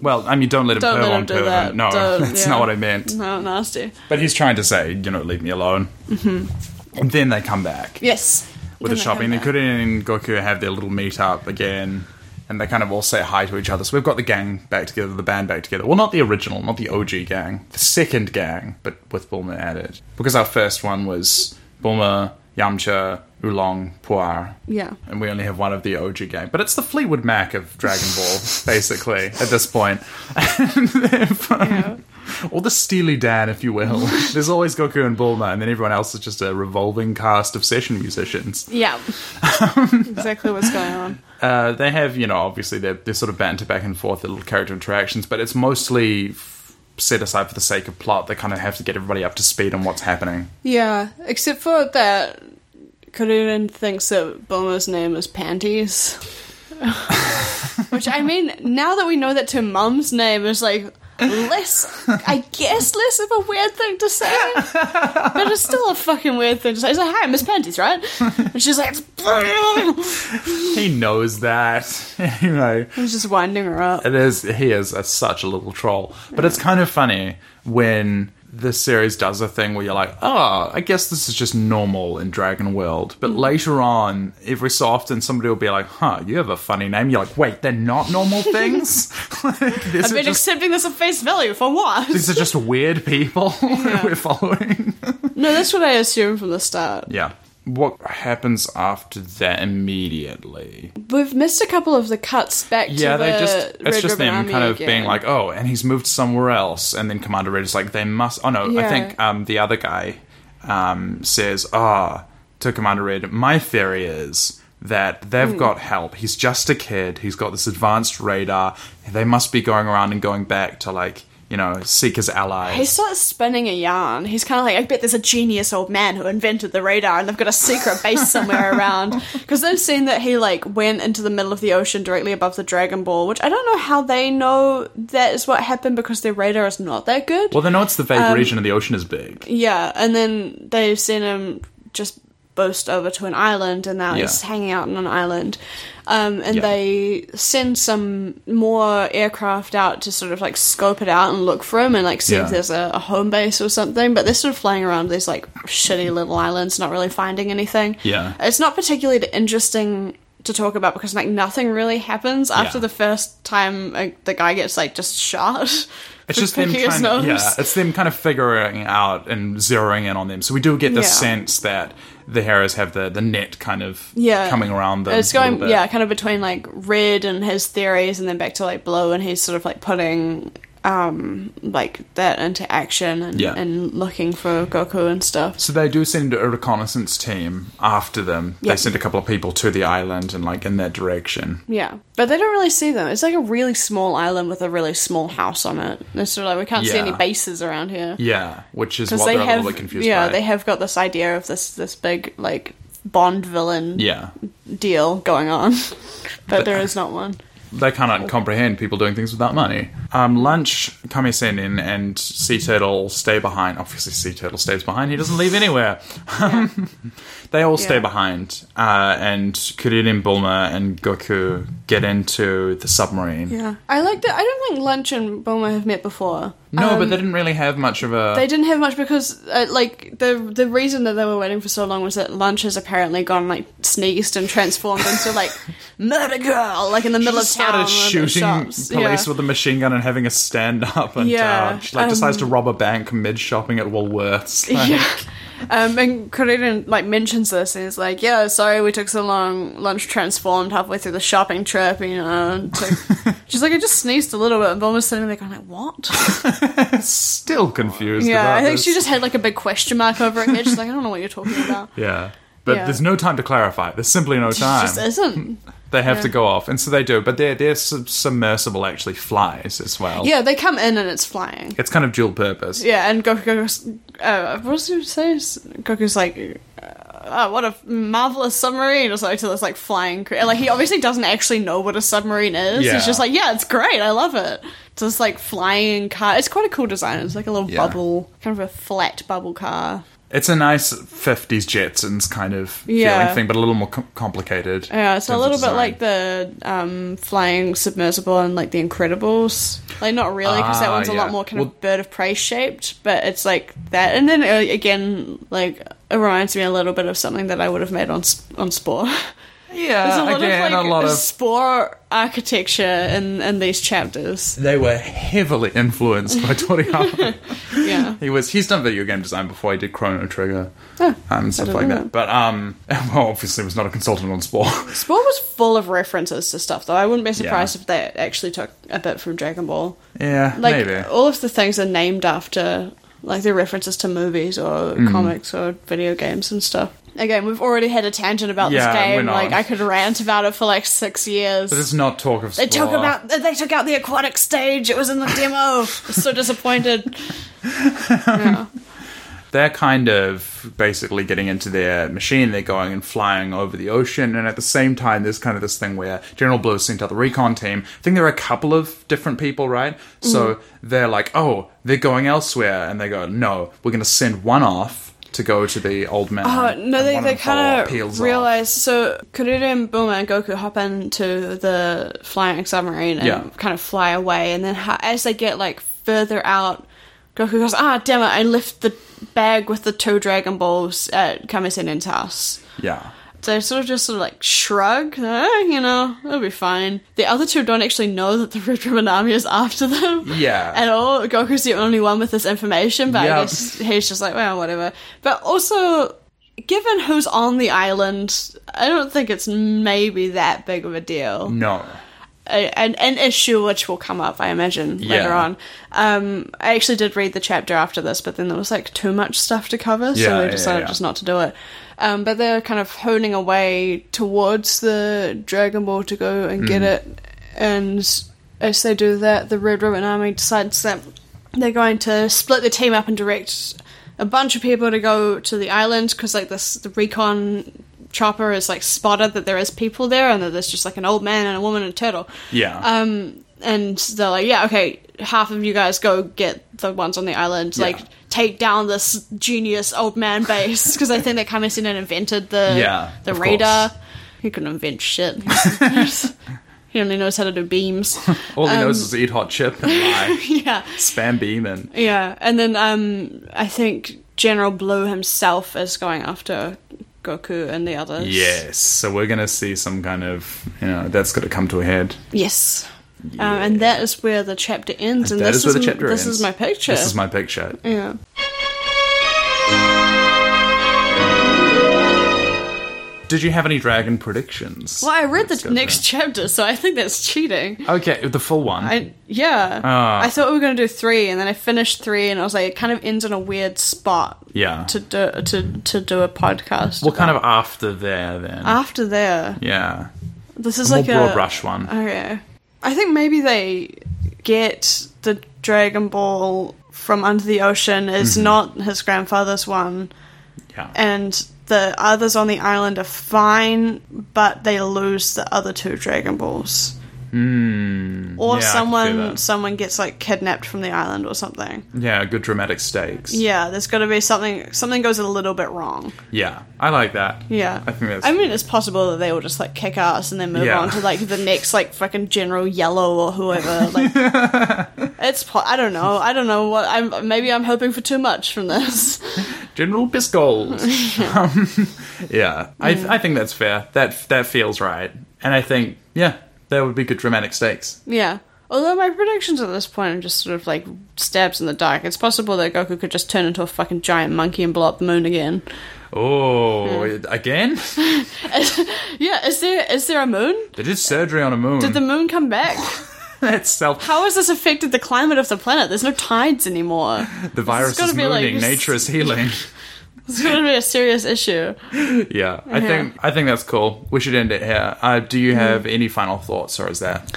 Speaker 1: Well, I mean, don't let him
Speaker 2: Don't
Speaker 1: poo
Speaker 2: let him
Speaker 1: on
Speaker 2: do
Speaker 1: poo.
Speaker 2: that.
Speaker 1: No, <laughs>
Speaker 2: Don't-
Speaker 1: that's
Speaker 2: yeah.
Speaker 1: not what I meant.
Speaker 2: No, nasty.
Speaker 1: But he's trying to say, you know, leave me alone.
Speaker 2: Mm-hmm.
Speaker 1: And then they come back
Speaker 2: Yes.
Speaker 1: with the shopping. And Kuririn and Goku have their little meet up again. And they kind of all say hi to each other. So we've got the gang back together, the band back together. Well, not the original, not the OG gang, the second gang, but with Bulma added. Because our first one was Bulma, Yamcha, Oolong, Puar.
Speaker 2: Yeah.
Speaker 1: And we only have one of the OG gang. But it's the Fleetwood Mac of Dragon Ball, <laughs> basically, at this point. And they've, um,
Speaker 2: Yeah.
Speaker 1: or the Steely Dan, if you will. There's always Goku and Bulma, and then everyone else is just a revolving cast of session musicians.
Speaker 2: Yeah.
Speaker 1: <laughs>
Speaker 2: exactly what's going on.
Speaker 1: Uh, they have, you know, obviously they're, they're sort of banter back and forth, their little character interactions, but it's mostly f- set aside for the sake of plot. They kind of have to get everybody up to speed on what's happening.
Speaker 2: Yeah, except for that, Karurin thinks that Bulma's name
Speaker 1: <laughs>
Speaker 2: is Panties. Which, I mean, now that we know that her mum's name is like less, I guess, less of a weird thing to say. But it's still a fucking weird thing to say. It's like, hi, Miss Panties, right? And she's like, <laughs> it's
Speaker 1: He knows that. <laughs> anyway,
Speaker 2: just winding her up.
Speaker 1: it is. He is a, such a little troll. But it's kind of funny when the series does a thing where you're like, oh, I guess this is just normal in Dragon World. But later on, every so often, somebody will be like, huh, you have a funny name. You're like, wait, they're not normal things. <laughs> like, these
Speaker 2: I've
Speaker 1: are
Speaker 2: been
Speaker 1: just,
Speaker 2: accepting this at face value for
Speaker 1: <laughs>
Speaker 2: what?
Speaker 1: these are just weird people <laughs> we're following.
Speaker 2: No, that's what I assumed from the start.
Speaker 1: Yeah. What happens after that immediately?
Speaker 2: We've missed a couple of the cuts back
Speaker 1: Yeah,
Speaker 2: to the
Speaker 1: they just
Speaker 2: Red
Speaker 1: it's just
Speaker 2: Ribbon
Speaker 1: them
Speaker 2: Army
Speaker 1: kind of
Speaker 2: again.
Speaker 1: being like, Oh, and he's moved somewhere else and then Commander Red is like, They must oh no, I
Speaker 2: Yeah.
Speaker 1: think um the other guy um says, Ah to Commander Red, my theory is that
Speaker 2: Hmm.
Speaker 1: they've got help. He's just a kid, he's got this advanced radar, they must be going around and going back to like, you know, seek his allies.
Speaker 2: He starts spinning a yarn. He's kind of like, I bet there's a genius old man who invented the radar and they've got a secret base somewhere around. Because they've seen that he, like, went into the middle of the ocean directly above the Dragon Ball, which I don't know how they know that is what happened because their radar is not that good.
Speaker 1: well, they know it's the
Speaker 2: Um,
Speaker 1: vague region of the ocean is big.
Speaker 2: Yeah, and then they've seen him just boast over to an island, and now he's
Speaker 1: Yeah.
Speaker 2: hanging out on an island. Um, and
Speaker 1: Yeah.
Speaker 2: they send some more aircraft out to sort of like scope it out and look for him and like see
Speaker 1: Yeah.
Speaker 2: if there's a, a home base or something. But they're sort of flying around these like shitty little islands, not really finding anything.
Speaker 1: Yeah.
Speaker 2: It's not particularly interesting to talk about because like nothing really happens after
Speaker 1: Yeah.
Speaker 2: the first time uh, the guy gets like just shot.
Speaker 1: It's
Speaker 2: <laughs>
Speaker 1: just them
Speaker 2: picking his
Speaker 1: trying, to- yeah.
Speaker 2: nose.
Speaker 1: It's them kind of figuring out and zeroing in on them. So we do get the
Speaker 2: Yeah.
Speaker 1: sense that the Harrows have the, the net kind of
Speaker 2: yeah
Speaker 1: coming around them. a
Speaker 2: it's
Speaker 1: little
Speaker 2: going
Speaker 1: bit.
Speaker 2: yeah kind of between like red and his theories and then back to like blue and he's sort of like putting um like that into action and,
Speaker 1: Yeah.
Speaker 2: and looking for goku and stuff
Speaker 1: So they do send a reconnaissance team after them.
Speaker 2: Yeah.
Speaker 1: They send a couple of people to the island and like in that direction.
Speaker 2: yeah but they don't really see them it's like a really small island with a really small house on it and it's sort of like we can't see
Speaker 1: Yeah.
Speaker 2: any bases around here
Speaker 1: Yeah, which is
Speaker 2: because
Speaker 1: what
Speaker 2: they
Speaker 1: they are a
Speaker 2: have
Speaker 1: little bit confused
Speaker 2: yeah
Speaker 1: by.
Speaker 2: they have got this idea of this this big like bond villain
Speaker 1: yeah,
Speaker 2: deal going on <laughs> but there is not one
Speaker 1: they
Speaker 2: Oh.
Speaker 1: cannot comprehend people doing things without money. Um, lunch, Kami Senin and Sea Turtle stay behind. Obviously, Sea Turtle stays behind. He doesn't leave anywhere. <laughs> they all stay
Speaker 2: Yeah.
Speaker 1: behind. Uh, and Kuririn and Bulma and Goku get into the submarine.
Speaker 2: yeah i like that i don't think lunch and boma have met before
Speaker 1: No, but they didn't really have much of a.
Speaker 2: Um, They didn't have much because, uh, like, the the reason that they were waiting for so long was that lunch has apparently gone like sneezed and transformed into
Speaker 1: <laughs>
Speaker 2: like murder girl, like in the middle of
Speaker 1: Just started
Speaker 2: town,
Speaker 1: shooting
Speaker 2: shops.
Speaker 1: police
Speaker 2: Yeah.
Speaker 1: with a machine gun and having a stand up, and
Speaker 2: Yeah, um,
Speaker 1: uh, she like decides to rob a bank mid shopping at Woolworths. Like,
Speaker 2: <laughs> yeah. Um, and Corina like mentions this and is like, "Yeah, sorry, we took so long. Lunch transformed halfway through the shopping trip, you know." And
Speaker 1: <laughs>
Speaker 2: took- She's like, "I just sneezed a little bit," and Bulma's sitting there going, "Like what?"
Speaker 1: <laughs> Still confused.
Speaker 2: yeah,
Speaker 1: about
Speaker 2: I think
Speaker 1: this.
Speaker 2: she just had like a big question mark over her head. She's like, "I don't know what you're talking about."
Speaker 1: Yeah. But
Speaker 2: Yeah.
Speaker 1: there's no time to clarify. There's simply no time. <laughs>
Speaker 2: Just isn't.
Speaker 1: they have to
Speaker 2: yeah.
Speaker 1: go off, and so they do. But their their sub- submersible actually flies as well.
Speaker 2: Yeah, they come in and it's flying.
Speaker 1: It's kind of dual purpose.
Speaker 2: Yeah, and Goku goes, uh, what was he gonna say? Goku's like, uh, oh, what a marvelous submarine, or something to this like flying cra- Like, he obviously doesn't actually know what a submarine is.
Speaker 1: Yeah.
Speaker 2: He's just like, yeah, it's great, I love it. It's this like flying car. It's quite a cool design. It's like a little
Speaker 1: Yeah.
Speaker 2: bubble, kind of a flat bubble car.
Speaker 1: It's a nice 50s Jetsons kind of
Speaker 2: Yeah.
Speaker 1: feeling thing, but a little more com- complicated.
Speaker 2: Yeah, it's
Speaker 1: in
Speaker 2: a
Speaker 1: terms
Speaker 2: little
Speaker 1: of
Speaker 2: bit
Speaker 1: design.
Speaker 2: like the um, flying submersible and like the Incredibles. Like not really, because that
Speaker 1: Ah,
Speaker 2: one's a
Speaker 1: yeah.
Speaker 2: lot more kind
Speaker 1: Well-
Speaker 2: of bird of prey shaped, but it's like that. And then uh, again, like it reminds me a little bit of something that I would have made on s- on Spore. <laughs> There's a
Speaker 1: Yeah,
Speaker 2: lot
Speaker 1: Uh, again,
Speaker 2: of like
Speaker 1: a lot of.
Speaker 2: Spore architecture in in these chapters.
Speaker 1: They were heavily influenced by
Speaker 2: <laughs>
Speaker 1: Toriyama. <laughs>
Speaker 2: Yeah.
Speaker 1: He was he's done video game design before he did Chrono Trigger um, and stuff
Speaker 2: didn't
Speaker 1: like
Speaker 2: know
Speaker 1: that.
Speaker 2: that.
Speaker 1: But um, <laughs> well, obviously was not a consultant on Spore.
Speaker 2: Spore was full of references to stuff, though. I wouldn't be surprised
Speaker 1: Yeah.
Speaker 2: if they actually took a bit from Dragon Ball.
Speaker 1: <laughs> yeah,
Speaker 2: like uh,
Speaker 1: maybe.
Speaker 2: all of the things are
Speaker 1: Hmm.
Speaker 2: named after like they're references to movies or comics or video games and stuff Again, we've already had a tangent about
Speaker 1: Yeah,
Speaker 2: this
Speaker 1: we're
Speaker 2: game.
Speaker 1: not.
Speaker 2: Like I could rant about it for like six years.
Speaker 1: Let's not talk of.
Speaker 2: They took
Speaker 1: Spore.
Speaker 2: about they took out the aquatic stage. It was in
Speaker 1: <laughs>
Speaker 2: the demo. I'm so disappointed. Yeah.
Speaker 1: They're kind of basically getting into their machine. They're going and flying over the ocean, and at the same time, there's kind of this thing where General Blue is sent out the recon team. I think there are a couple of different people, right?
Speaker 2: Mm-hmm.
Speaker 1: So they're like, "Oh, they're going elsewhere," and they go, "No, we're going to send one off to go to the old man."
Speaker 2: Oh no,
Speaker 1: and
Speaker 2: they,
Speaker 1: one
Speaker 2: they
Speaker 1: the follow-up
Speaker 2: kind
Speaker 1: peels
Speaker 2: of
Speaker 1: off.
Speaker 2: realize. So Kururu and Bulma and Goku hop into the flying submarine and
Speaker 1: Yeah.
Speaker 2: kind of fly away, and then ho- as they get like further out, Goku goes, "Ah, damn it! I left the bag with the two Dragon Balls at Kamisenen's house."
Speaker 1: Yeah.
Speaker 2: So they sort of just sort of like shrug, "Ah, you know, it'll be fine. The other two don't actually know that the Red Ribbon Army is after them
Speaker 1: Yeah.
Speaker 2: at all. Goku's the only one with this information, but I
Speaker 1: Yep.
Speaker 2: guess he's just like, well, whatever. But also, given who's on the island, I don't think it's maybe that big of a deal.
Speaker 1: no.
Speaker 2: A- An, an issue which will come up, I imagine, later
Speaker 1: Yeah.
Speaker 2: on. Um, I actually did read the chapter after this, but then there was like too much stuff to cover,
Speaker 1: Yeah,
Speaker 2: so we
Speaker 1: yeah,
Speaker 2: decided
Speaker 1: yeah.
Speaker 2: just not to do it. Um, but they're kind of honing away towards the Dragon Ball to go and get
Speaker 1: Mm-hmm.
Speaker 2: it. And as they do that, the Red Ribbon Army decides that they're going to split the team up and direct a bunch of people to go to the island because, like, this the recon chopper is like spotted that there is people there and that there's just like an old man and a woman and a turtle.
Speaker 1: Yeah.
Speaker 2: Um, and they're like, yeah, okay, half of you guys go get the ones on the island,
Speaker 1: Yeah.
Speaker 2: like take down this genius old
Speaker 1: <laughs>
Speaker 2: man base because I think that Kamisen and invented the
Speaker 1: Yeah,
Speaker 2: the
Speaker 1: of
Speaker 2: radar.
Speaker 1: course.
Speaker 2: He couldn't
Speaker 1: <laughs>
Speaker 2: invent shit. he only knows how to do beams.
Speaker 1: all he
Speaker 2: um,
Speaker 1: knows is eat hot chip and
Speaker 2: <laughs>
Speaker 1: lie,
Speaker 2: yeah,
Speaker 1: spam beam, and
Speaker 2: yeah, and then um, I think General Blue himself is going after Goku and the others.
Speaker 1: yes. So we're gonna see some kind of you know that's got to come to a head.
Speaker 2: Yes. Um, and that is where the chapter ends, and
Speaker 1: That
Speaker 2: this
Speaker 1: is where the
Speaker 2: m-
Speaker 1: chapter
Speaker 2: this
Speaker 1: ends.
Speaker 2: is my picture.
Speaker 1: This is my picture.
Speaker 2: yeah.
Speaker 1: Did you have any dragon predictions?
Speaker 2: Well, I read
Speaker 1: Let's
Speaker 2: the
Speaker 1: go
Speaker 2: next chapter, so I think that's cheating.
Speaker 1: through. Okay, the full one.
Speaker 2: I yeah.
Speaker 1: Ah.
Speaker 2: I thought we were gonna do three, and then I finished three, and I was like, it kind of ends in a weird spot
Speaker 1: yeah.
Speaker 2: to do to to do a podcast.
Speaker 1: well, kind of after there then.
Speaker 2: After there,
Speaker 1: yeah.
Speaker 2: this is
Speaker 1: More
Speaker 2: Uh, like
Speaker 1: broad
Speaker 2: a
Speaker 1: brush one.
Speaker 2: Okay, I think maybe they get the Dragon Ball from under the ocean is
Speaker 1: Mm-hmm.
Speaker 2: not his grandfather's one,
Speaker 1: yeah.
Speaker 2: and the others on the island are fine, but they lose the other two Dragon Balls.
Speaker 1: Mm, yeah, I
Speaker 2: or
Speaker 1: can see
Speaker 2: someone
Speaker 1: that.
Speaker 2: someone gets like kidnapped from the island or something.
Speaker 1: Yeah, good dramatic stakes.
Speaker 2: Yeah, there's got to be something. Something goes a little bit wrong.
Speaker 1: Yeah, I like that.
Speaker 2: Yeah,
Speaker 1: I think that's.
Speaker 2: I mean, it's possible that they will just like kick ass and then move
Speaker 1: Yeah.
Speaker 2: on to like the next like fucking General Yellow or whoever.
Speaker 1: <laughs>
Speaker 2: Like, it's. Po- I don't know. I don't know what. I'm maybe I'm hoping for too much from this.
Speaker 1: General
Speaker 2: <laughs>
Speaker 1: Biscold. um, yeah, I, I think that's fair. That that feels right, and I think yeah, there would be good dramatic stakes.
Speaker 2: yeah. Although my predictions at this point are just sort of like stabs in the dark. It's possible that Goku could just turn into a fucking giant monkey and blow up the moon again.
Speaker 1: Oh, again,
Speaker 2: Yeah, is there is there a moon?
Speaker 1: they did surgery on a moon. <laughs>
Speaker 2: Did the moon come back?
Speaker 1: that's self.
Speaker 2: How has this affected the climate of the planet? There's no tides anymore.
Speaker 1: The virus
Speaker 2: gotta
Speaker 1: is
Speaker 2: be
Speaker 1: mooning.
Speaker 2: like-
Speaker 1: Nature is healing.
Speaker 2: It's going to be a serious issue.
Speaker 1: yeah, I think I think that's cool. We should end it here. Uh, do
Speaker 2: Mm.
Speaker 1: you have any final thoughts, or is that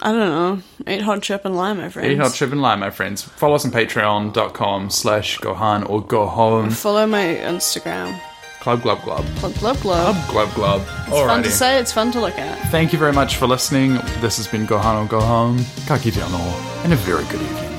Speaker 2: I don't know. Eat hot chip and lime, my friends.
Speaker 1: eat hot chip and lie, my friends? Follow us on patreon.com slash gohan or go home.
Speaker 2: Follow my Instagram.
Speaker 1: Club glub glub.
Speaker 2: Glub glub glub.
Speaker 1: Club glub glub.
Speaker 2: It's fun to
Speaker 1: Alrighty.
Speaker 2: say. It's fun to look at.
Speaker 1: Thank you very much for listening. This has been Gohan or Go Home. Kaki Down and a very good evening.